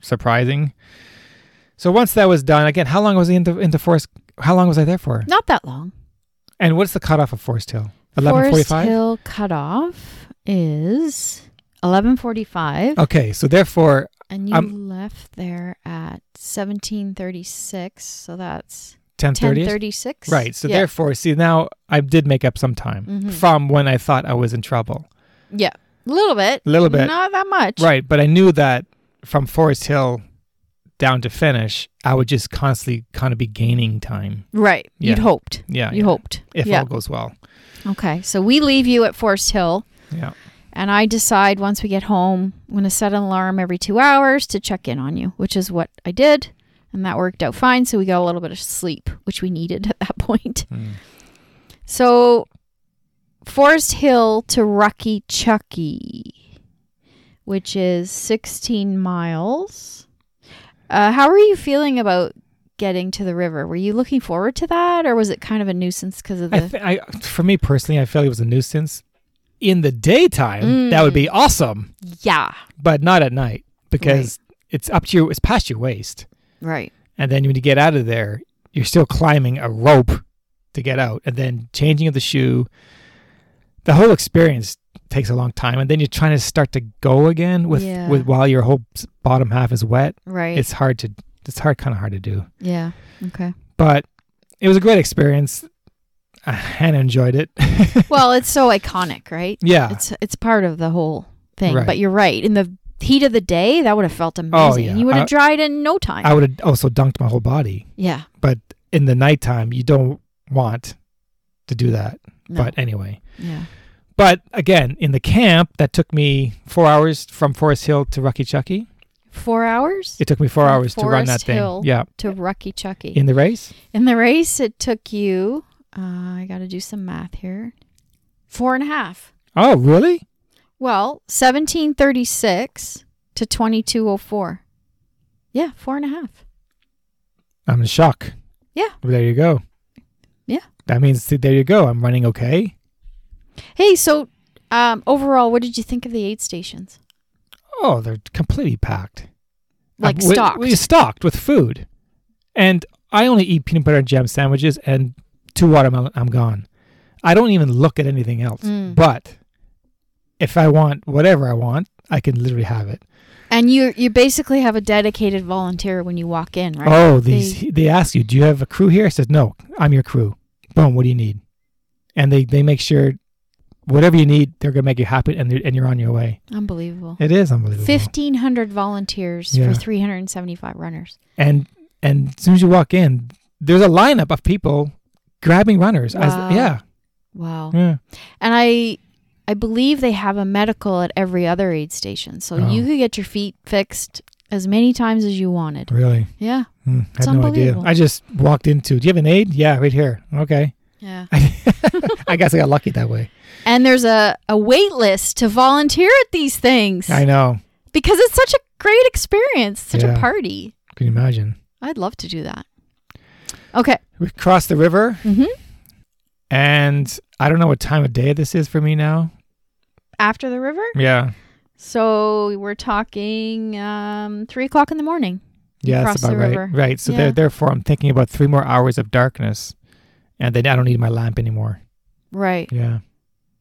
Speaker 2: surprising. So once that was done, again, how long was I into into Forest? How long was I there for?
Speaker 1: Not that long.
Speaker 2: And what's the cutoff of Forest Hill? Eleven
Speaker 1: Forest
Speaker 2: forty-five.
Speaker 1: Hill cutoff is eleven forty-five,
Speaker 2: Okay, so therefore,
Speaker 1: and you
Speaker 2: I'm-
Speaker 1: left there at seventeen thirty-six. So that's
Speaker 2: ten
Speaker 1: ten
Speaker 2: thirty.
Speaker 1: thirty-six.
Speaker 2: Right. So
Speaker 1: yeah.
Speaker 2: therefore, see now I did make up some time
Speaker 1: Mhm.
Speaker 2: from when I thought I was in trouble.
Speaker 1: yeah, a little bit,
Speaker 2: Little bit.
Speaker 1: not that much.
Speaker 2: Right, but I knew that from Forest Hill down to finish, I would just constantly kind of be gaining time.
Speaker 1: Right. You'd
Speaker 2: Yeah.
Speaker 1: hoped.
Speaker 2: Yeah.
Speaker 1: You
Speaker 2: yeah.
Speaker 1: hoped.
Speaker 2: If
Speaker 1: yeah.
Speaker 2: all goes well.
Speaker 1: Okay. So we leave you at Forest Hill,
Speaker 2: Yeah.
Speaker 1: and I decide once we get home, I'm going to set an alarm every two hours to check in on you, which is what I did. And that worked out fine. So we got a little bit of sleep, which we needed at that point.
Speaker 2: Mm.
Speaker 1: So Forest Hill to Rocky Chucky, which is 16 miles. Uh, how are you feeling about getting to the river? Were you looking forward to that, or was it kind of a nuisance because of the?
Speaker 2: I, th- I, for me personally, I felt it was a nuisance. In the daytime, that would
Speaker 1: Mm.
Speaker 2: be awesome,
Speaker 1: yeah,
Speaker 2: but not at night because it's up to your, it's past your waist,
Speaker 1: right.
Speaker 2: and then when you get out of there, you're still climbing a rope to get out, and then changing of the shoe. The whole experience takes a long time, and then you're trying to start to go again with
Speaker 1: Yeah.
Speaker 2: with while your whole s- bottom half is wet.
Speaker 1: Right.
Speaker 2: It's hard to, it's hard, kind of hard to do.
Speaker 1: yeah. Okay.
Speaker 2: but it was a great experience. Uh, Hannah enjoyed it.
Speaker 1: Well, it's so iconic, right?
Speaker 2: yeah.
Speaker 1: It's it's part of the whole thing.
Speaker 2: Right. Oh,
Speaker 1: But you're right. In the heat of the day, that would have felt amazing.
Speaker 2: yeah.
Speaker 1: You would have
Speaker 2: I-
Speaker 1: dried in no time.
Speaker 2: I would have also dunked my whole body,
Speaker 1: yeah.
Speaker 2: but in the nighttime, you don't want to do that.
Speaker 1: No.
Speaker 2: But anyway,
Speaker 1: yeah.
Speaker 2: but again, in the camp, that took me four hours from Forest Hill to Rocky Chucky.
Speaker 1: Four hours
Speaker 2: It took me four
Speaker 1: From
Speaker 2: hours to run that
Speaker 1: Forest Hill.
Speaker 2: thing. Yeah.
Speaker 1: to Rucky Chucky.
Speaker 2: In the race,
Speaker 1: In the race, it took you, uh, I got to do some math here, four and a half.
Speaker 2: oh really?
Speaker 1: Well, 1736 to 2204. Yeah, four and a half.
Speaker 2: I'm in shock.
Speaker 1: Yeah.
Speaker 2: Well, there you go.
Speaker 1: Yeah.
Speaker 2: That means th- there you go. I'm running okay.
Speaker 1: Hey, so um, overall, what did you think of the aid stations?
Speaker 2: Oh, they're completely packed.
Speaker 1: Like
Speaker 2: Uh, we-
Speaker 1: stocked.
Speaker 2: We stocked with food, and I only eat peanut butter and jam sandwiches and two watermelon. I'm gone. I don't even look at anything else.
Speaker 1: Mm.
Speaker 2: But if I want whatever I want, I can literally have it.
Speaker 1: and you you basically have a dedicated volunteer when you walk in, right?
Speaker 2: Oh, these they, ask you, do you have a crew here? I said, no, I'm your crew. Boom. What do you need? And they they make sure whatever you need, they're gonna make you happy, and they're- and you're on your way.
Speaker 1: Unbelievable.
Speaker 2: It is unbelievable.
Speaker 1: 1,500 volunteers
Speaker 2: Yeah.
Speaker 1: for 375 runners.
Speaker 2: and and as soon as you walk in, there's a lineup of people grabbing runners.
Speaker 1: Wow.
Speaker 2: As, yeah,
Speaker 1: Wow.
Speaker 2: yeah.
Speaker 1: And I I believe they have a medical at every other aid station. So
Speaker 2: Oh.
Speaker 1: you could get your feet fixed as many times as you wanted.
Speaker 2: Really?
Speaker 1: Yeah.
Speaker 2: Hmm, I
Speaker 1: It's
Speaker 2: had no idea.
Speaker 1: unbelievable.
Speaker 2: I just walked into. Do you have an aid? Yeah, right here. Okay.
Speaker 1: Yeah.
Speaker 2: I guess I got lucky that way.
Speaker 1: And there's a, a wait list to volunteer at these things
Speaker 2: I know.
Speaker 1: because it's such a great experience, such a
Speaker 2: Yeah.
Speaker 1: party.
Speaker 2: Can you imagine?
Speaker 1: I'd love to do that. Okay.
Speaker 2: We crossed the river,
Speaker 1: Mhm.
Speaker 2: and I don't know what time of day this is for me now.
Speaker 1: After the river?
Speaker 2: Yeah,
Speaker 1: So we're talking um, three o'clock in the morning. You
Speaker 2: yeah,
Speaker 1: crossed
Speaker 2: that's about
Speaker 1: the
Speaker 2: right.
Speaker 1: river.
Speaker 2: Right. So
Speaker 1: Yeah.
Speaker 2: there, therefore, I'm thinking about three more hours of darkness, and then I don't need my lamp anymore.
Speaker 1: Right.
Speaker 2: Yeah.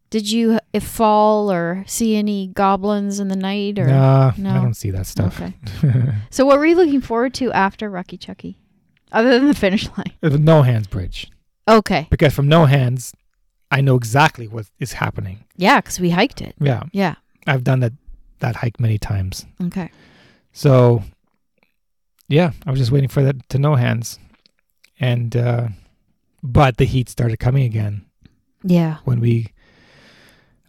Speaker 1: Did you uh, fall or see any goblins in the night or
Speaker 2: Nah,
Speaker 1: No.
Speaker 2: I don't see that stuff.
Speaker 1: Okay. so what were you looking forward to after Rocky Chucky? Other than the finish line.
Speaker 2: no hands bridge
Speaker 1: Okay.
Speaker 2: because from no hands, I know exactly what is happening.
Speaker 1: Yeah, because we hiked it.
Speaker 2: Yeah.
Speaker 1: Yeah.
Speaker 2: I've done that that hike many times.
Speaker 1: Okay.
Speaker 2: So yeah, I was just waiting for that to no hands. And uh but the heat started coming again
Speaker 1: Yeah.
Speaker 2: when we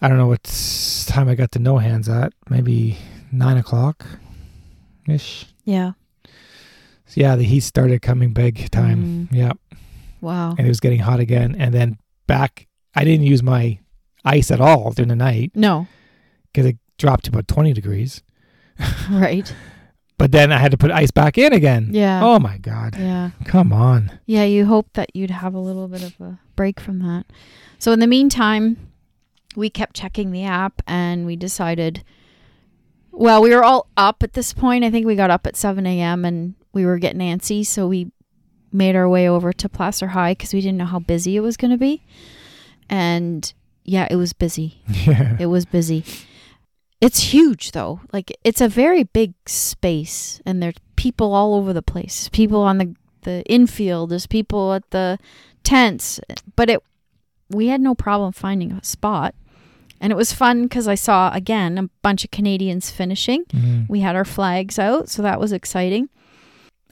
Speaker 2: I don't know what s- time I got to no hands at, maybe nine o'clock ish.
Speaker 1: Yeah.
Speaker 2: So yeah, the heat started coming big time.
Speaker 1: Mm-hmm.
Speaker 2: Yeah.
Speaker 1: Wow.
Speaker 2: And it was getting hot again. And then back I didn't use my ice at all during the night
Speaker 1: No.
Speaker 2: because it dropped to about twenty degrees.
Speaker 1: Right.
Speaker 2: But then I had to put ice back in again.
Speaker 1: Yeah.
Speaker 2: Oh my God.
Speaker 1: Yeah.
Speaker 2: Come on.
Speaker 1: Yeah, you hope that you'd have a little bit of a break from that. So in the meantime, we kept checking the app and we decided well, we were all up at this point. I think we got up at 7 a.m. and we were getting antsy. So we made our way over to Placer High because we didn't know how busy it was going to be. And yeah, it was busy.
Speaker 2: Yeah.
Speaker 1: It was busy. It's huge though. Like it's a very big space and there's people all over the place. People on the the infield, there's people at the tents, but it we had no problem finding a spot. And it was fun cuz I saw again a bunch of Canadians finishing.
Speaker 2: Mhm.
Speaker 1: We had our flags out, so that was exciting.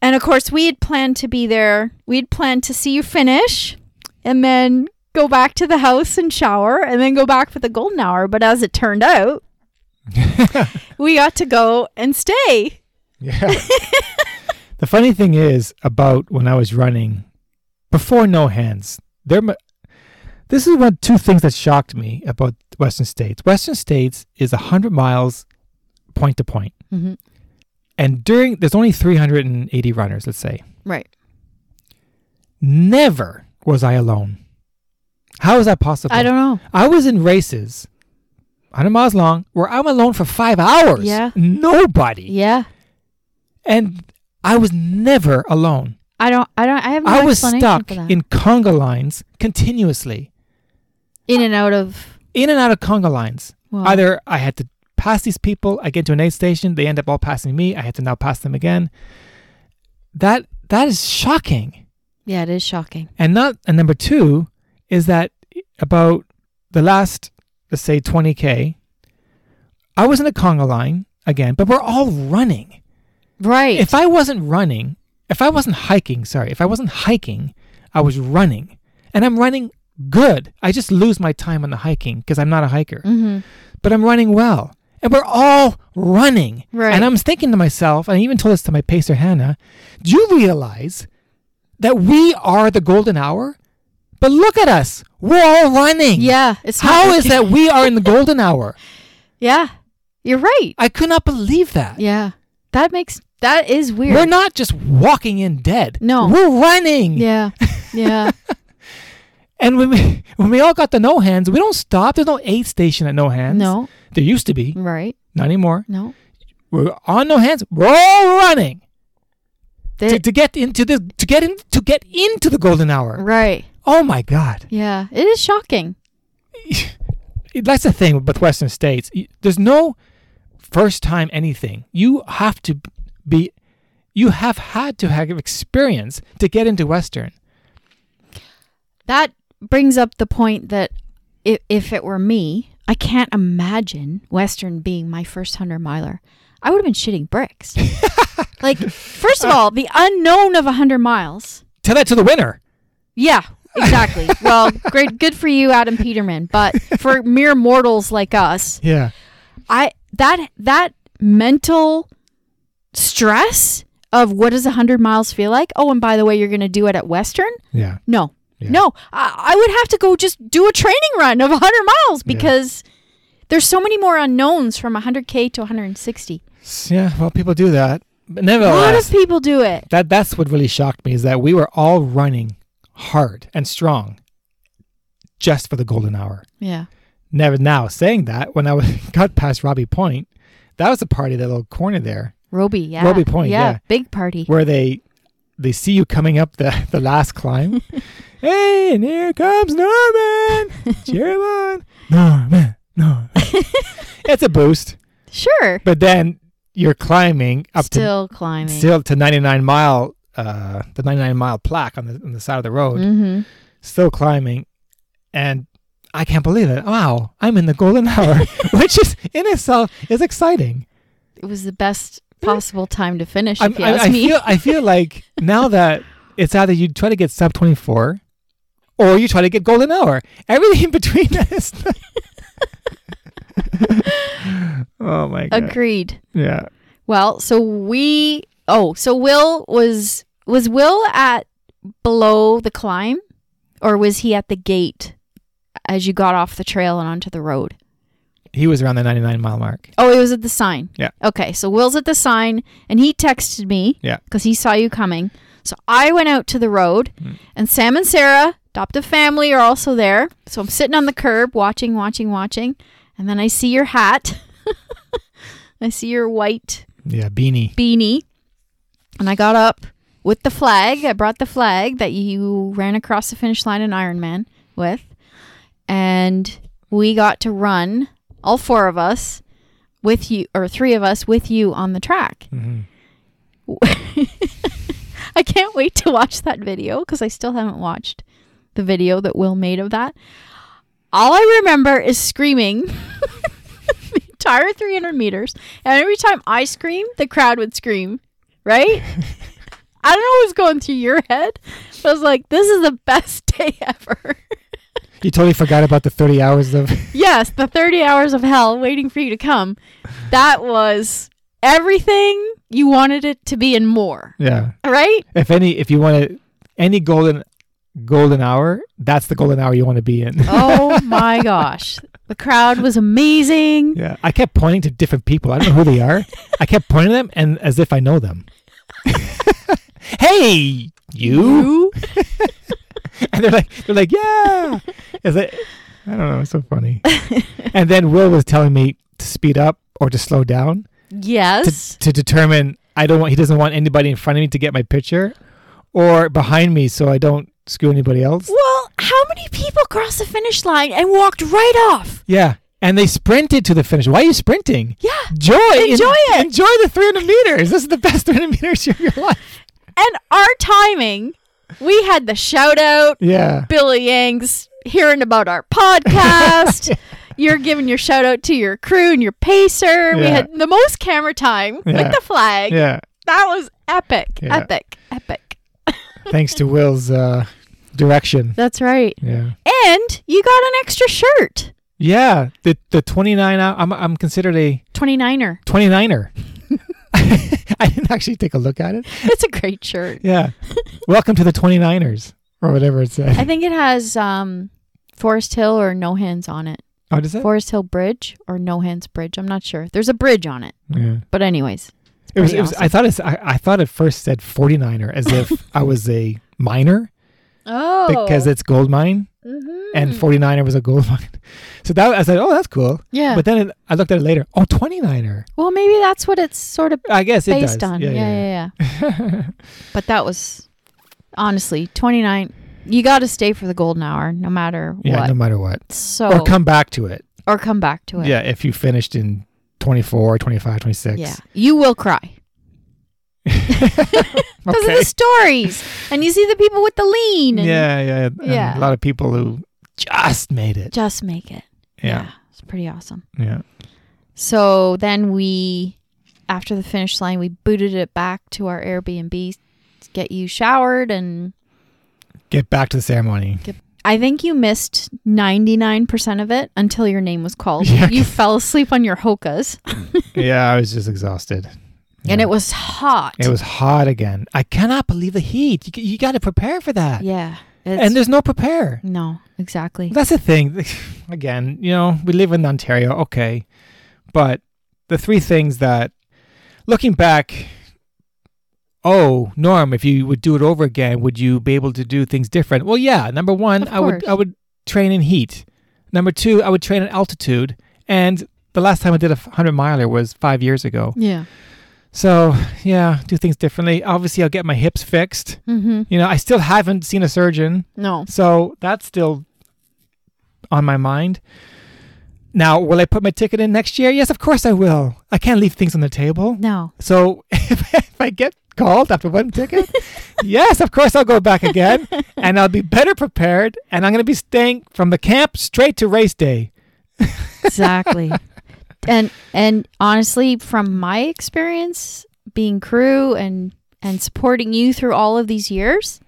Speaker 1: And of course, we had planned to be there. We had planned to see you finish and then go back to the house and shower and then go back for the golden hour. But as it turned out, we got to go and stay.
Speaker 2: Yeah. the funny thing is about when I was running before no hands. There, mu- this is one two things that shocked me about Western States. Western States is hundred miles, point to point,
Speaker 1: Mhm.
Speaker 2: and during there's only three hundred and eighty runners. Let's say
Speaker 1: Right.
Speaker 2: never was I alone. How is that possible?
Speaker 1: I don't know.
Speaker 2: I was in races, hundred miles long, where I'm alone for five hours.
Speaker 1: Yeah.
Speaker 2: Nobody.
Speaker 1: Yeah.
Speaker 2: And I was never alone.
Speaker 1: I don't. I don't. I have no
Speaker 2: I was
Speaker 1: explanation
Speaker 2: stuck
Speaker 1: for Mm, that.
Speaker 2: in conga lines continuously,
Speaker 1: in and out of.
Speaker 2: in and out of conga lines.
Speaker 1: Wow.
Speaker 2: Either I had to pass these people, I get to an aid station, they end up all passing me, I had to now pass them again. That that is shocking.
Speaker 1: Yeah, it is shocking.
Speaker 2: And not and number two is that about the last let's say twenty k, I was in a conga line again, but we're all running.
Speaker 1: Right.
Speaker 2: if I wasn't running, if I wasn't hiking, sorry, if I wasn't hiking, I was running. And I'm running good. I just lose my time on the hiking because I'm not a hiker,
Speaker 1: mm-hmm.
Speaker 2: but I'm running well. And we're all running.
Speaker 1: Right.
Speaker 2: And I'm thinking to myself, and I even told this to my pacer, Hannah, do you realize that we are the golden hour? But look at us. We're all running.
Speaker 1: Yeah. It's
Speaker 2: How
Speaker 1: not-
Speaker 2: is that we are in the golden hour?
Speaker 1: Yeah. You're right.
Speaker 2: I could not believe that.
Speaker 1: Yeah. That makes. That is weird.
Speaker 2: We're not just walking in dead.
Speaker 1: No.
Speaker 2: We're running.
Speaker 1: Yeah. Yeah.
Speaker 2: And when we when we all got the no hands, we don't stop. There's no aid station at no hands.
Speaker 1: no. Mm.
Speaker 2: There used to be.
Speaker 1: Right.
Speaker 2: Not anymore.
Speaker 1: No.
Speaker 2: We're on no hands. We're all running to,
Speaker 1: They,
Speaker 2: to get into the to get in to get into the golden hour.
Speaker 1: right.
Speaker 2: Oh my God.
Speaker 1: Yeah. It is shocking.
Speaker 2: That's the thing with Western states. Y- There's no first time anything. You have to be you have had to have experience to get into Western.
Speaker 1: That brings up the point that if, if it were me, I can't imagine Western being my first 100 miler. I would have been shitting bricks. like, first of all, the unknown of 100 miles.
Speaker 2: Tell that to the winner.
Speaker 1: Yeah, exactly. well, great. Good for you, Adam Peterman. But for mere mortals like us,
Speaker 2: Yeah.
Speaker 1: I that that mental stress of what does 100 miles feel like? Oh, and by the way, you're going to do it at Western?
Speaker 2: Yeah.
Speaker 1: No.
Speaker 2: Yeah.
Speaker 1: No. I, I would have to go just do a training run of 100 miles
Speaker 2: Yeah.
Speaker 1: because there's so many more unknowns from 100K to 160.
Speaker 2: Yeah. Well, people do that. But
Speaker 1: A lot
Speaker 2: nevertheless,
Speaker 1: of people do it.
Speaker 2: That that's what really shocked me is that we were all running hard and strong just for the golden hour.
Speaker 1: Yeah.
Speaker 2: Never now saying that when I was, got past Robbie Point, that was a party that little corner there
Speaker 1: Roby, yeah.
Speaker 2: Roby Point, yeah.
Speaker 1: Big party.
Speaker 2: where they they see you coming up the the last climb. hey, and here comes Norman. Cheer him on. Norman, Norman. it's a boost,
Speaker 1: Sure.
Speaker 2: but then you're climbing up to
Speaker 1: Still climbing.
Speaker 2: still to 99 mile uh the 99 mile plaque on the on the side of the road
Speaker 1: hmm
Speaker 2: still climbing and i can't believe it wow i'm in the golden hour which is in itself is exciting
Speaker 1: It was the best possible time to finish,
Speaker 2: I'm-
Speaker 1: if you
Speaker 2: I,
Speaker 1: ask
Speaker 2: I
Speaker 1: me.
Speaker 2: feel i feel like now that it's either you try to get sub 24 or you try to get golden hour everything in between that is oh my god
Speaker 1: Agreed.
Speaker 2: yeah
Speaker 1: Well, so we oh, so Will was was Will at below the climb or was he at the gate as you got off the trail and onto the road?
Speaker 2: he was around the 99 mile mark
Speaker 1: Oh, it was at the sign.
Speaker 2: Yeah.
Speaker 1: Okay, so Will's at the sign and he texted me
Speaker 2: Yeah.
Speaker 1: cuz he saw you coming. So I went out to the road and Sam and Sarah, adoptive family are also there. So I'm sitting on the curb watching, watching, watching, and then I see your hat. I see your white
Speaker 2: yeah beanie
Speaker 1: beanie and I got up with the flag. I brought the flag that you ran across the finish line in Ironman with. And we got to run, all four of us with you, or three of us with you on the track.
Speaker 2: Mhm.
Speaker 1: I can't wait to watch that video because I still haven't watched the video that Will made of that. All I remember is screaming the entire 300 meters. And every time I screamed, the crowd would scream, right? I don't know what's going through your head, but I was like, this is the best day ever.
Speaker 2: You totally forgot about the 30 hours of.
Speaker 1: yes, the 30 hours of hell waiting for you to come. That was everything you wanted it to be and more,
Speaker 2: yeah.
Speaker 1: right?
Speaker 2: If any, if you want to, any golden, golden hour, that's the golden hour you want to be in.
Speaker 1: Oh my gosh. The crowd was amazing.
Speaker 2: Yeah. I kept pointing to different people. I don't know who they are. I kept pointing them and as if I know them. hey, you. And they're like, they're like, yeah. It's like, I don't know. It's so funny. and then Will was telling me to speed up or to slow down
Speaker 1: Yes.
Speaker 2: to, to determine I don't want, he doesn't want anybody in front of me to get my picture or behind me so I don't screw anybody else.
Speaker 1: Well, how many people crossed the finish line and walked right off?
Speaker 2: Yeah. And they sprinted to the finish. Why are you sprinting?
Speaker 1: Yeah.
Speaker 2: Enjoy,
Speaker 1: Enjoy it.
Speaker 2: Enjoy the 300 meters. This is the best 300 meters of your life.
Speaker 1: And our timing, we had the shout out,
Speaker 2: Yeah.
Speaker 1: Billy Yang's hearing about our podcast. You're giving your shout out to your crew and your pacer. We
Speaker 2: Yeah.
Speaker 1: had the most camera time
Speaker 2: Yeah.
Speaker 1: with the flag.
Speaker 2: Yeah.
Speaker 1: That was epic,
Speaker 2: Yeah.
Speaker 1: epic, epic.
Speaker 2: Thanks to Will's uh, direction.
Speaker 1: That's right.
Speaker 2: Yeah.
Speaker 1: And you got an extra shirt.
Speaker 2: Yeah. The the 29 hour, I'm, I'm considered a
Speaker 1: 29er.
Speaker 2: 29er. I didn't actually take a look at it.
Speaker 1: It's a great shirt.
Speaker 2: Yeah. Welcome to the 29ers or whatever it said.
Speaker 1: I think it has um, Forest Hill or No Hands on it.
Speaker 2: Oh, does it?
Speaker 1: Forest Hill Bridge or No Hands Bridge. I'm not sure. There's a bridge on it.
Speaker 2: Yeah.
Speaker 1: But, anyways,
Speaker 2: It was,
Speaker 1: pretty
Speaker 2: it was I thought it's, I, I thought it first said 49er as if I was a miner
Speaker 1: oh.
Speaker 2: because it's gold mine.
Speaker 1: Hmm.
Speaker 2: and 49er was a gold mine. So that I said, oh, that's cool.
Speaker 1: yeah.
Speaker 2: But then it, I looked at it later. Oh, 29er.
Speaker 1: well, maybe that's what it's sort of
Speaker 2: I guess it
Speaker 1: based
Speaker 2: does.
Speaker 1: on. Yeah, yeah, yeah. but that was honestly 29. You got to stay for the golden hour no matter
Speaker 2: Yeah,
Speaker 1: what. Oh.
Speaker 2: no matter what.
Speaker 1: so
Speaker 2: Or come back to it.
Speaker 1: or come back to it.
Speaker 2: Yeah, if you finished in 24, 25, 26.
Speaker 1: Yeah. You will cry because
Speaker 2: Okay.
Speaker 1: of the stories. And you see the people with the lean and
Speaker 2: yeah, yeah. and
Speaker 1: Yeah.
Speaker 2: A lot of people who just made it.
Speaker 1: just make it.
Speaker 2: Yeah.
Speaker 1: It's pretty awesome.
Speaker 2: Yeah.
Speaker 1: So then we after the finish line we booted it back to our Airbnb to get you showered and
Speaker 2: Get back to the ceremony.
Speaker 1: I think you missed 99% of it until your name was called.
Speaker 2: Yeah.
Speaker 1: You fell asleep on your hokas.
Speaker 2: yeah, I was just exhausted.
Speaker 1: and
Speaker 2: Yeah.
Speaker 1: it was hot.
Speaker 2: It was hot again. I cannot believe the heat. You, you got to prepare for that.
Speaker 1: yeah.
Speaker 2: and
Speaker 1: It's,
Speaker 2: there's no prepare.
Speaker 1: no, exactly.
Speaker 2: That's the thing. Again, you know, we live in Ontario, okay. But the three things that, looking back, oh, Norm, if you would do it over again, would you be able to do things different? Well, yeah. Number one,
Speaker 1: Of
Speaker 2: I would
Speaker 1: course.
Speaker 2: I would train in heat. Number two, I would train at altitude. And the last time I did a hundred miler was five years ago.
Speaker 1: Yeah.
Speaker 2: So yeah, do things differently. Obviously, I'll get my hips fixed.
Speaker 1: Mm-hmm.
Speaker 2: You know, I still haven't seen a surgeon.
Speaker 1: No.
Speaker 2: So that's still on my mind. Now, will I put my ticket in next year? Yes, of course I will. I can't leave things on the table.
Speaker 1: No.
Speaker 2: So if, if I get called after one ticket, yes, of course I'll go back again and I'll be better prepared and I'm going to be staying from the camp straight to race day.
Speaker 1: Exactly. and and honestly, from my experience being crew and and supporting you through all of these years,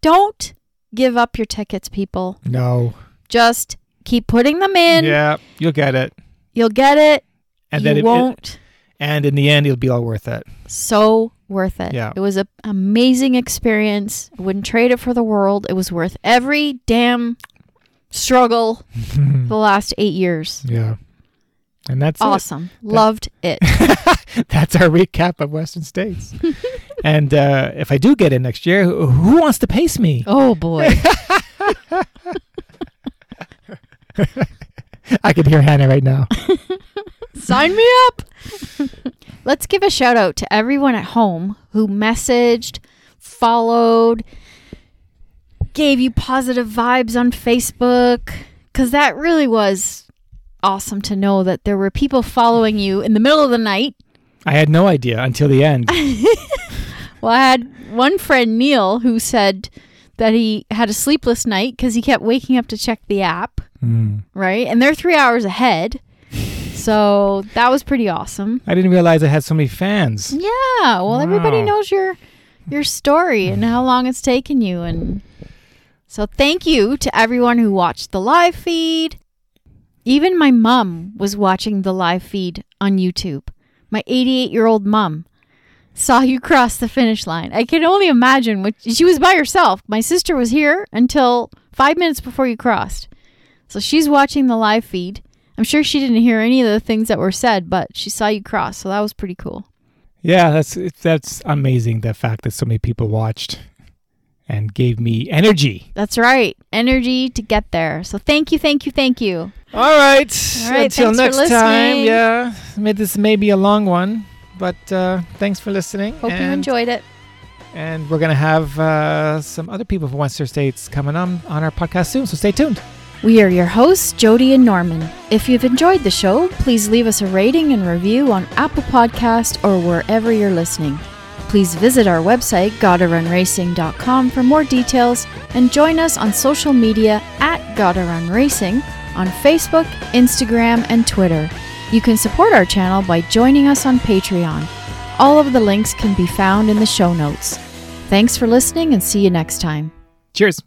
Speaker 1: don't give up your tickets, people.
Speaker 2: No.
Speaker 1: Just keep putting them in.
Speaker 2: yeah, you'll get it.
Speaker 1: You'll get it.
Speaker 2: And
Speaker 1: you
Speaker 2: then it, it-
Speaker 1: won't.
Speaker 2: and in the end it'll be all worth it.
Speaker 1: so worth it.
Speaker 2: Yeah.
Speaker 1: It was an amazing experience. I wouldn't trade it for the world. It was worth every damn struggle the last eight years.
Speaker 2: yeah. And that's it.
Speaker 1: awesome. Loved it.
Speaker 2: that's our recap of Western States. and uh, if I do get in next year, who, who wants to pace me?
Speaker 1: Oh boy.
Speaker 2: I can hear Hannah right now.
Speaker 1: Sign me up. Let's give a shout out to everyone at home who messaged, followed, gave you positive vibes on Facebook. Because that really was awesome to know that there were people following you in the middle of the night
Speaker 2: I had no idea until the end.
Speaker 1: Well, I had one friend, Neil, who said that he had a sleepless night because he kept waking up to check the app,
Speaker 2: Mm.
Speaker 1: right? And they're three hours ahead. So that was pretty awesome.
Speaker 2: I didn't realize I had so many fans.
Speaker 1: Yeah. Well, everybody
Speaker 2: Wow.
Speaker 1: knows your your story and how long it's taken you. And so, thank you to everyone who watched the live feed. Even my mum was watching the live feed on YouTube. My 88 year old mum saw you cross the finish line. I can only imagine what she was by herself. My sister was here until five minutes before you crossed. So she's watching the live feed. I'm sure she didn't hear any of the things that were said, but she saw you cross. So that was pretty cool.
Speaker 2: Yeah, that's it's- that's amazing. The fact that so many people watched and gave me energy.
Speaker 1: That's right. Energy to get there. So thank you, thank you, thank you.
Speaker 2: All right.
Speaker 1: All right,
Speaker 2: Until
Speaker 1: thanks for
Speaker 2: next time.
Speaker 1: listening.
Speaker 2: Yeah. May, this may be a long one, but uh, thanks for listening.
Speaker 1: Hope you
Speaker 2: and-
Speaker 1: enjoyed it.
Speaker 2: And we're gonna have uh, some other people from Western States coming on on our podcast soon. So stay tuned.
Speaker 1: We are your hosts, Jody and Norman. If you've enjoyed the show, please leave us a rating and review on Apple Podcast or wherever you're listening. Please visit our website, gottarunracing.com for more details and join us on social media at gottarunracing on Facebook, Instagram, and Twitter. You can support our channel by joining us on Patreon. All of the links can be found in the show notes. Thanks for listening and see you next time.
Speaker 2: Cheers.